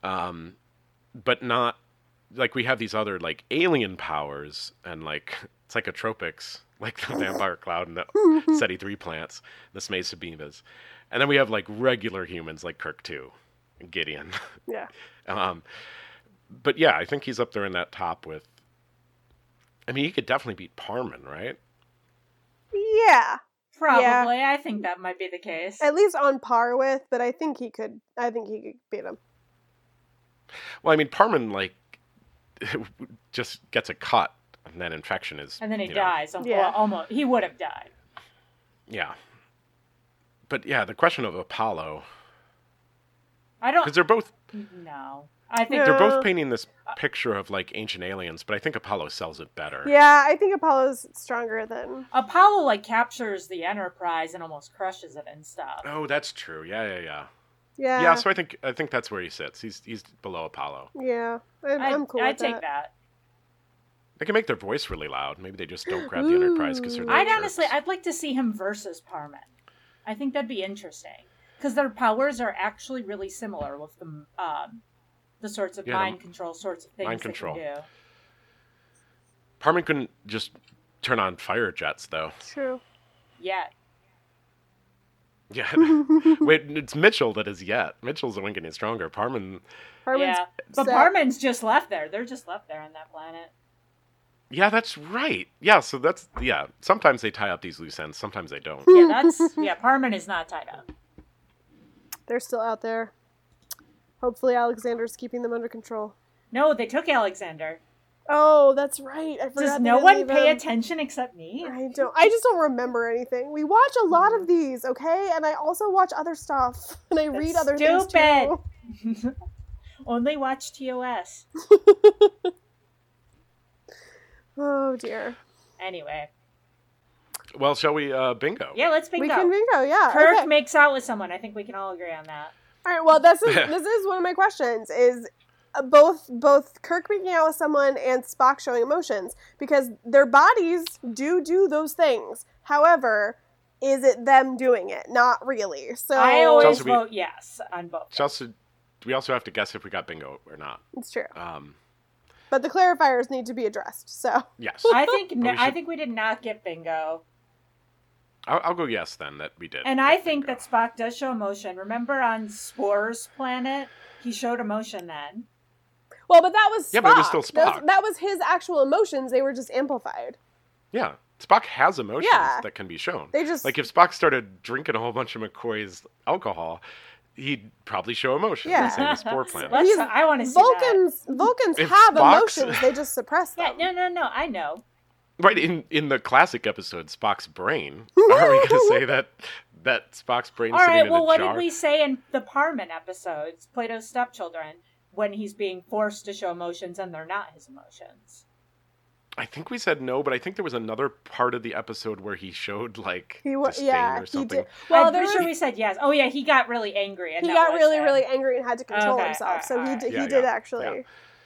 [SPEAKER 1] Um, but not like we have these other like alien powers and like psychotropics, like the vampire cloud and the SETI three plants, the Smesa Beamas, and then we have like regular humans like Kirk two, and Gideon.
[SPEAKER 3] Yeah.
[SPEAKER 1] Um, but yeah, I think he's up there in that top with. I mean, he could definitely beat Parman, right?
[SPEAKER 3] Yeah.
[SPEAKER 2] Probably, I think that might be the case.
[SPEAKER 3] At least on par with, but I think he could I think he could beat him.
[SPEAKER 1] Well, I mean, Parman like just gets a cut, and then infection is.
[SPEAKER 2] And then he
[SPEAKER 1] you know,
[SPEAKER 2] dies. um,
[SPEAKER 3] Yeah.
[SPEAKER 2] well, almost. He would have died.
[SPEAKER 1] yeah. But yeah, the question of Apollo,
[SPEAKER 2] I don't
[SPEAKER 1] because they're both
[SPEAKER 2] know. I think
[SPEAKER 1] they're
[SPEAKER 3] Yeah.
[SPEAKER 1] both painting this picture of like ancient aliens, but I think Apollo sells it better.
[SPEAKER 3] Yeah, I think Apollo's stronger than
[SPEAKER 2] Apollo like captures the Enterprise and almost crushes it and stuff.
[SPEAKER 1] Oh, that's true. Yeah, yeah, yeah.
[SPEAKER 3] Yeah.
[SPEAKER 1] yeah, so I think I think that's where he sits. He's he's below Apollo.
[SPEAKER 3] Yeah, I'm,
[SPEAKER 2] I,
[SPEAKER 3] I'm cool
[SPEAKER 2] I
[SPEAKER 3] with
[SPEAKER 2] take
[SPEAKER 3] that.
[SPEAKER 2] that.
[SPEAKER 1] They can make their voice really loud. Maybe they just don't grab the Enterprise because they're.
[SPEAKER 3] Ooh.
[SPEAKER 1] little
[SPEAKER 2] I'd honestly,
[SPEAKER 1] jerks.
[SPEAKER 2] I'd like to see him versus Parman. I think that'd be interesting because their powers are actually really similar with the um, the sorts of
[SPEAKER 1] Yeah, the
[SPEAKER 2] mind control sorts of things
[SPEAKER 1] mind
[SPEAKER 2] that you
[SPEAKER 1] control.
[SPEAKER 2] do.
[SPEAKER 1] Parman couldn't just turn on fire jets though.
[SPEAKER 3] True.
[SPEAKER 2] Yeah,
[SPEAKER 1] Yeah. Wait, it's Mitchell that is yet. Mitchell's the one getting stronger. Parman,
[SPEAKER 3] Harmon's
[SPEAKER 2] yeah. But
[SPEAKER 3] set.
[SPEAKER 2] Parman's just left there. They're just left there on that planet.
[SPEAKER 1] yeah, that's right. Yeah, so that's yeah. Sometimes they tie up these loose ends. Sometimes they don't.
[SPEAKER 2] Yeah, that's yeah. Parman is not tied up.
[SPEAKER 3] They're still out there. Hopefully, Alexander's keeping them under control.
[SPEAKER 2] No, they took Alexander.
[SPEAKER 3] Oh, that's right. I forgot.
[SPEAKER 2] Does
[SPEAKER 3] they
[SPEAKER 2] no
[SPEAKER 3] didn't
[SPEAKER 2] one
[SPEAKER 3] leave
[SPEAKER 2] pay
[SPEAKER 3] him.
[SPEAKER 2] attention except me?
[SPEAKER 3] I don't. I just don't remember anything. We watch a lot of these, okay? And I also watch other stuff, and I read
[SPEAKER 2] Mm. That's
[SPEAKER 3] other things
[SPEAKER 2] stupid.
[SPEAKER 3] too.
[SPEAKER 2] Only watch TOS.
[SPEAKER 3] Oh dear.
[SPEAKER 2] Anyway,
[SPEAKER 1] Well, shall we uh bingo?
[SPEAKER 2] yeah, let's
[SPEAKER 3] We
[SPEAKER 2] bingo.
[SPEAKER 3] can bingo, yeah.
[SPEAKER 2] Kirk
[SPEAKER 3] okay.
[SPEAKER 2] makes out with someone. I think we can all agree on that.
[SPEAKER 3] All right. Well, this is this is one of my questions. Is uh, both both Kirk making out with someone and Spock showing emotions because their bodies do do those things. However, is it them doing it? Not really. So
[SPEAKER 2] I always
[SPEAKER 1] Chelsea, we-
[SPEAKER 2] vote yes on both.
[SPEAKER 1] Chelsea, we also have to guess if we got bingo or not.
[SPEAKER 3] it's true.
[SPEAKER 1] Um,
[SPEAKER 3] But the clarifiers need to be addressed. So
[SPEAKER 1] yes,
[SPEAKER 2] I think no,
[SPEAKER 1] we
[SPEAKER 2] I
[SPEAKER 1] should-
[SPEAKER 2] think we did not get bingo,
[SPEAKER 1] I'll, I'll go yes then that we did.
[SPEAKER 2] and I
[SPEAKER 1] get
[SPEAKER 2] think
[SPEAKER 1] bingo.
[SPEAKER 2] that Spock does show emotion. Remember on Spore's planet, he showed emotion then.
[SPEAKER 3] well, but that was Spock.
[SPEAKER 1] Yeah, but it was still
[SPEAKER 3] That was-
[SPEAKER 1] Spock.
[SPEAKER 3] That was his actual emotions. They were just amplified.
[SPEAKER 1] yeah, Spock has emotions
[SPEAKER 3] Yeah.
[SPEAKER 1] that can be shown.
[SPEAKER 3] They just
[SPEAKER 1] Like if Spock started drinking a whole bunch of McCoy's alcohol, he'd probably show emotion.
[SPEAKER 3] Yeah.
[SPEAKER 1] the same as Spore Planet.
[SPEAKER 2] Let's-
[SPEAKER 3] He's-
[SPEAKER 2] I want to see that.
[SPEAKER 3] Vulcans Vulcans
[SPEAKER 1] If
[SPEAKER 3] have
[SPEAKER 1] Spock's-
[SPEAKER 3] emotions. They just suppress
[SPEAKER 2] Yeah,
[SPEAKER 3] them.
[SPEAKER 2] no, no, no. I know.
[SPEAKER 1] Right in in the classic episode, Spock's brain. Are we going to say that that Spock's brain?
[SPEAKER 2] All
[SPEAKER 1] sitting
[SPEAKER 2] right.
[SPEAKER 1] in
[SPEAKER 2] Well,
[SPEAKER 1] a
[SPEAKER 2] what
[SPEAKER 1] jar?
[SPEAKER 2] did we say in the Parman episodes, Plato's stepchildren, when he's being forced to show emotions and they're not his emotions?
[SPEAKER 1] I think we said no, but I think there was another part of the episode where he showed like
[SPEAKER 3] He wa-
[SPEAKER 1] disdain
[SPEAKER 3] yeah,
[SPEAKER 1] or
[SPEAKER 3] he
[SPEAKER 1] something.
[SPEAKER 3] did. Well,
[SPEAKER 2] I'm
[SPEAKER 3] there
[SPEAKER 2] pretty
[SPEAKER 3] was
[SPEAKER 2] sure we said yes. Oh yeah, he got really angry. And
[SPEAKER 3] he
[SPEAKER 2] that
[SPEAKER 3] got
[SPEAKER 2] was
[SPEAKER 3] really
[SPEAKER 2] it.
[SPEAKER 3] really angry and had to control
[SPEAKER 2] Okay,
[SPEAKER 3] himself.
[SPEAKER 2] alright,
[SPEAKER 3] so he
[SPEAKER 2] alright.
[SPEAKER 3] did,
[SPEAKER 1] Yeah,
[SPEAKER 3] he did
[SPEAKER 1] yeah,
[SPEAKER 3] actually.
[SPEAKER 1] yeah.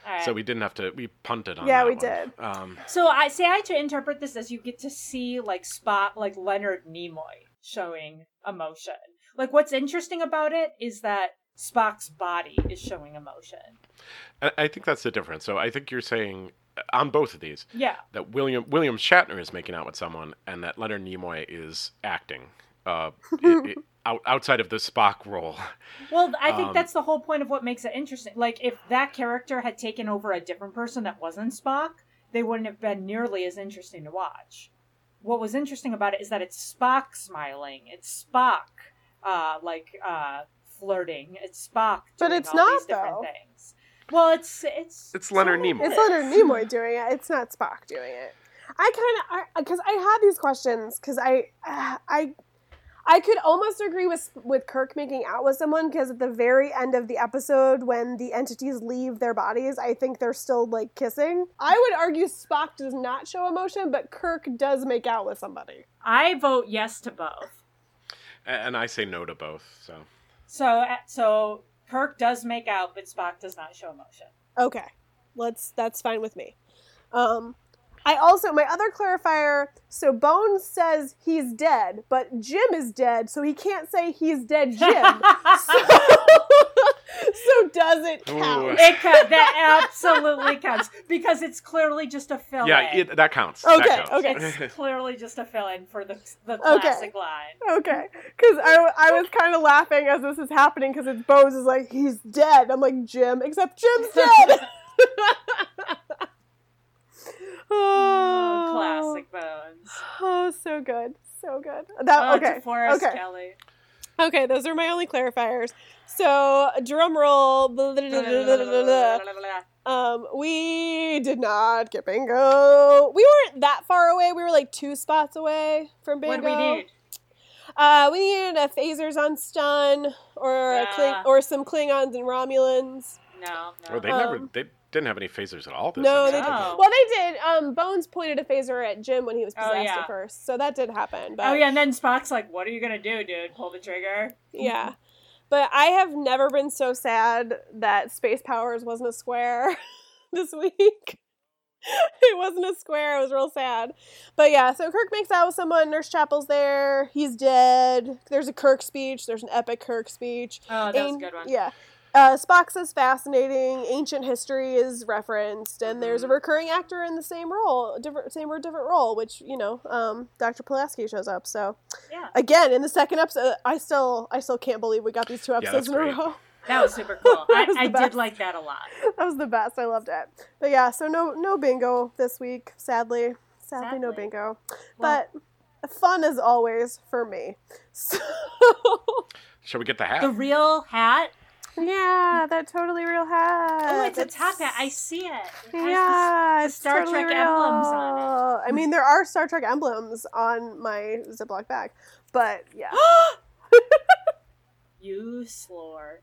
[SPEAKER 2] All right.
[SPEAKER 1] So we didn't have to. We punted on.
[SPEAKER 3] Yeah,
[SPEAKER 1] that
[SPEAKER 3] we
[SPEAKER 1] one.
[SPEAKER 3] did.
[SPEAKER 1] Um,
[SPEAKER 2] So I say I to interpret this as you get to see like Spot like Leonard Nimoy showing emotion. Like what's interesting about it is that Spock's body is showing emotion.
[SPEAKER 1] I, I think that's the difference. So I think you're saying uh, on both of these
[SPEAKER 2] Yeah.
[SPEAKER 1] that William William Shatner is making out with someone, and that Leonard Nimoy is acting. Uh, it, it, out, outside of the Spock role,
[SPEAKER 2] Well, I think
[SPEAKER 1] Um,
[SPEAKER 2] that's the whole point of what makes it interesting. Like if that character had taken over a different person that wasn't Spock, they wouldn't have been nearly as interesting to watch. What was interesting about it is that it's Spock smiling. It's Spock uh like uh flirting. It's Spock
[SPEAKER 3] But
[SPEAKER 2] doing
[SPEAKER 3] it's
[SPEAKER 2] all
[SPEAKER 3] not,
[SPEAKER 2] these different
[SPEAKER 3] though.
[SPEAKER 2] things. Well, it's it's
[SPEAKER 1] It's Leonard
[SPEAKER 2] sort of
[SPEAKER 1] Nimoy.
[SPEAKER 3] It's
[SPEAKER 2] this.
[SPEAKER 3] Leonard Nimoy doing it. It's not Spock doing it. I kind of because I, had these questions because I uh, I I could almost agree with with Kirk making out with someone because at the very end of the episode when the entities leave their bodies, I think they're still like kissing. I would argue Spock does not show emotion, but Kirk does make out with somebody.
[SPEAKER 2] I vote yes to both.
[SPEAKER 1] A- and I say no to both. So
[SPEAKER 2] So so Kirk does make out, but Spock does not show emotion.
[SPEAKER 3] Okay, let's. That's fine with me. Um, I also my other clarifier. So Bones says he's dead, but Jim is dead, so he can't say he's dead, Jim. so, so does it count?
[SPEAKER 2] It co- that absolutely counts because it's clearly just a fill.
[SPEAKER 1] yeah,
[SPEAKER 2] in.
[SPEAKER 1] it, that counts.
[SPEAKER 3] Okay,
[SPEAKER 1] that counts.
[SPEAKER 3] okay.
[SPEAKER 2] it's clearly just a fill in for the the
[SPEAKER 3] Okay.
[SPEAKER 2] classic line.
[SPEAKER 3] Okay, because I, I was kind of laughing as this is happening because it's Bones is like he's dead. I'm like Jim, except Jim's dead.
[SPEAKER 2] Mm,
[SPEAKER 3] oh,
[SPEAKER 2] classic bones.
[SPEAKER 3] Oh, so good, so good. That
[SPEAKER 2] Oh,
[SPEAKER 3] okay.
[SPEAKER 2] DeForest
[SPEAKER 3] okay.
[SPEAKER 2] Kelly.
[SPEAKER 3] Okay, those are my only clarifiers. So, drum roll. Um, we did not get bingo. We weren't that far away. We were like two spots away from
[SPEAKER 2] What
[SPEAKER 3] bingo.
[SPEAKER 2] do we need?
[SPEAKER 3] Uh, we needed a phasers on stun or a Kling-
[SPEAKER 2] Yeah.
[SPEAKER 3] or some Klingons and Romulans.
[SPEAKER 2] No, no.
[SPEAKER 1] Well, they
[SPEAKER 3] Um,
[SPEAKER 1] never. They didn't have any phasers at all. This
[SPEAKER 3] No,
[SPEAKER 1] episode.
[SPEAKER 3] they
[SPEAKER 2] didn't. Oh.
[SPEAKER 3] Well, they did. Um, Bones pointed a phaser at Jim when he was
[SPEAKER 2] Oh,
[SPEAKER 3] possessed
[SPEAKER 2] yeah.
[SPEAKER 3] at first, so that did happen. But
[SPEAKER 2] oh yeah, and then Spock's like, "What are you gonna do, dude? Pull the trigger."
[SPEAKER 3] Yeah. Mm-hmm. But I have never been so sad that Space Powers wasn't a square this week. it wasn't a square. It was real sad. But yeah, so Kirk makes out with someone. Nurse Chapel's there. He's dead. There's a Kirk speech. There's an epic Kirk speech.
[SPEAKER 2] Oh, that was a
[SPEAKER 3] An-
[SPEAKER 2] good one.
[SPEAKER 3] Yeah. Uh, Spock says fascinating. Ancient history is referenced, and there's a
[SPEAKER 2] Mhm.
[SPEAKER 3] recurring actor in the same role, different same or different role, which you know, um, Dr. Pulaski shows up. So
[SPEAKER 2] Yeah,
[SPEAKER 3] again in the second episode i still i still can't believe we got these two
[SPEAKER 1] that's
[SPEAKER 3] episodes in a
[SPEAKER 1] great.
[SPEAKER 3] row
[SPEAKER 2] that was super cool. I,
[SPEAKER 3] That was the
[SPEAKER 2] I did
[SPEAKER 3] best.
[SPEAKER 2] like that a lot.
[SPEAKER 3] that was the best i loved it but yeah so no no bingo this week sadly sadly, no
[SPEAKER 2] Sadly.
[SPEAKER 3] bingo
[SPEAKER 2] Well-
[SPEAKER 3] but fun as always for me so
[SPEAKER 1] Shall we get the hat?
[SPEAKER 2] The real hat.
[SPEAKER 3] yeah that totally real hat
[SPEAKER 2] Oh, it's a top hat.
[SPEAKER 3] It's-
[SPEAKER 2] I see it. It has the
[SPEAKER 3] Uh, yeah,
[SPEAKER 2] the
[SPEAKER 3] it's
[SPEAKER 2] Star
[SPEAKER 3] totally
[SPEAKER 2] Trek emblems on it.
[SPEAKER 3] real. I mean, there are Star Trek emblems on my Ziploc bag, but yeah.
[SPEAKER 2] You slore.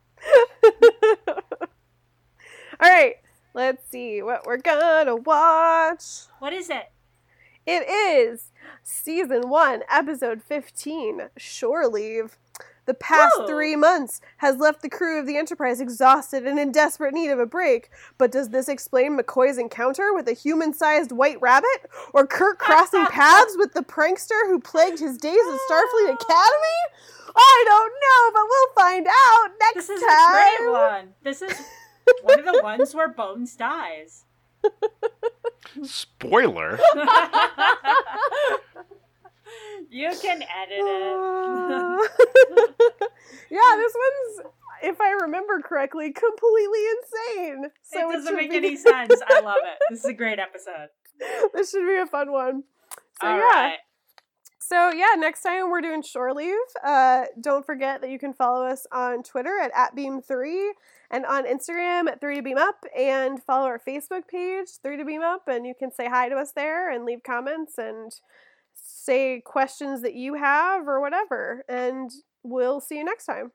[SPEAKER 3] All right, let's see what we're gonna watch.
[SPEAKER 2] What is it?
[SPEAKER 3] It is season one, episode 15 Shore Leave. The past
[SPEAKER 2] Whoa.
[SPEAKER 3] three months has left the crew of the Enterprise exhausted and in desperate need of a break. But does this explain McCoy's encounter with a human sized white rabbit? Or Kirk crossing paths with the prankster who plagued his days at Starfleet Academy? I don't know, but we'll find out next
[SPEAKER 2] This is
[SPEAKER 3] time.
[SPEAKER 2] a great one. This is one of the ones where Bones dies.
[SPEAKER 1] Spoiler.
[SPEAKER 2] you can edit it.
[SPEAKER 3] yeah, this one's, if I remember correctly, completely insane. So
[SPEAKER 2] it doesn't
[SPEAKER 3] should
[SPEAKER 2] make
[SPEAKER 3] be-
[SPEAKER 2] any sense. I love it. This is a great episode.
[SPEAKER 3] This should be a fun one. So
[SPEAKER 2] All
[SPEAKER 3] yeah.
[SPEAKER 2] right.
[SPEAKER 3] So yeah, next time we're doing shore leave. Uh, don't forget that you can follow us on Twitter at, at @beam3 and on Instagram at 3 to beam up and follow our Facebook page 3 to beam up and you can say hi to us there and leave comments and say questions that you have or whatever and we'll see you next time.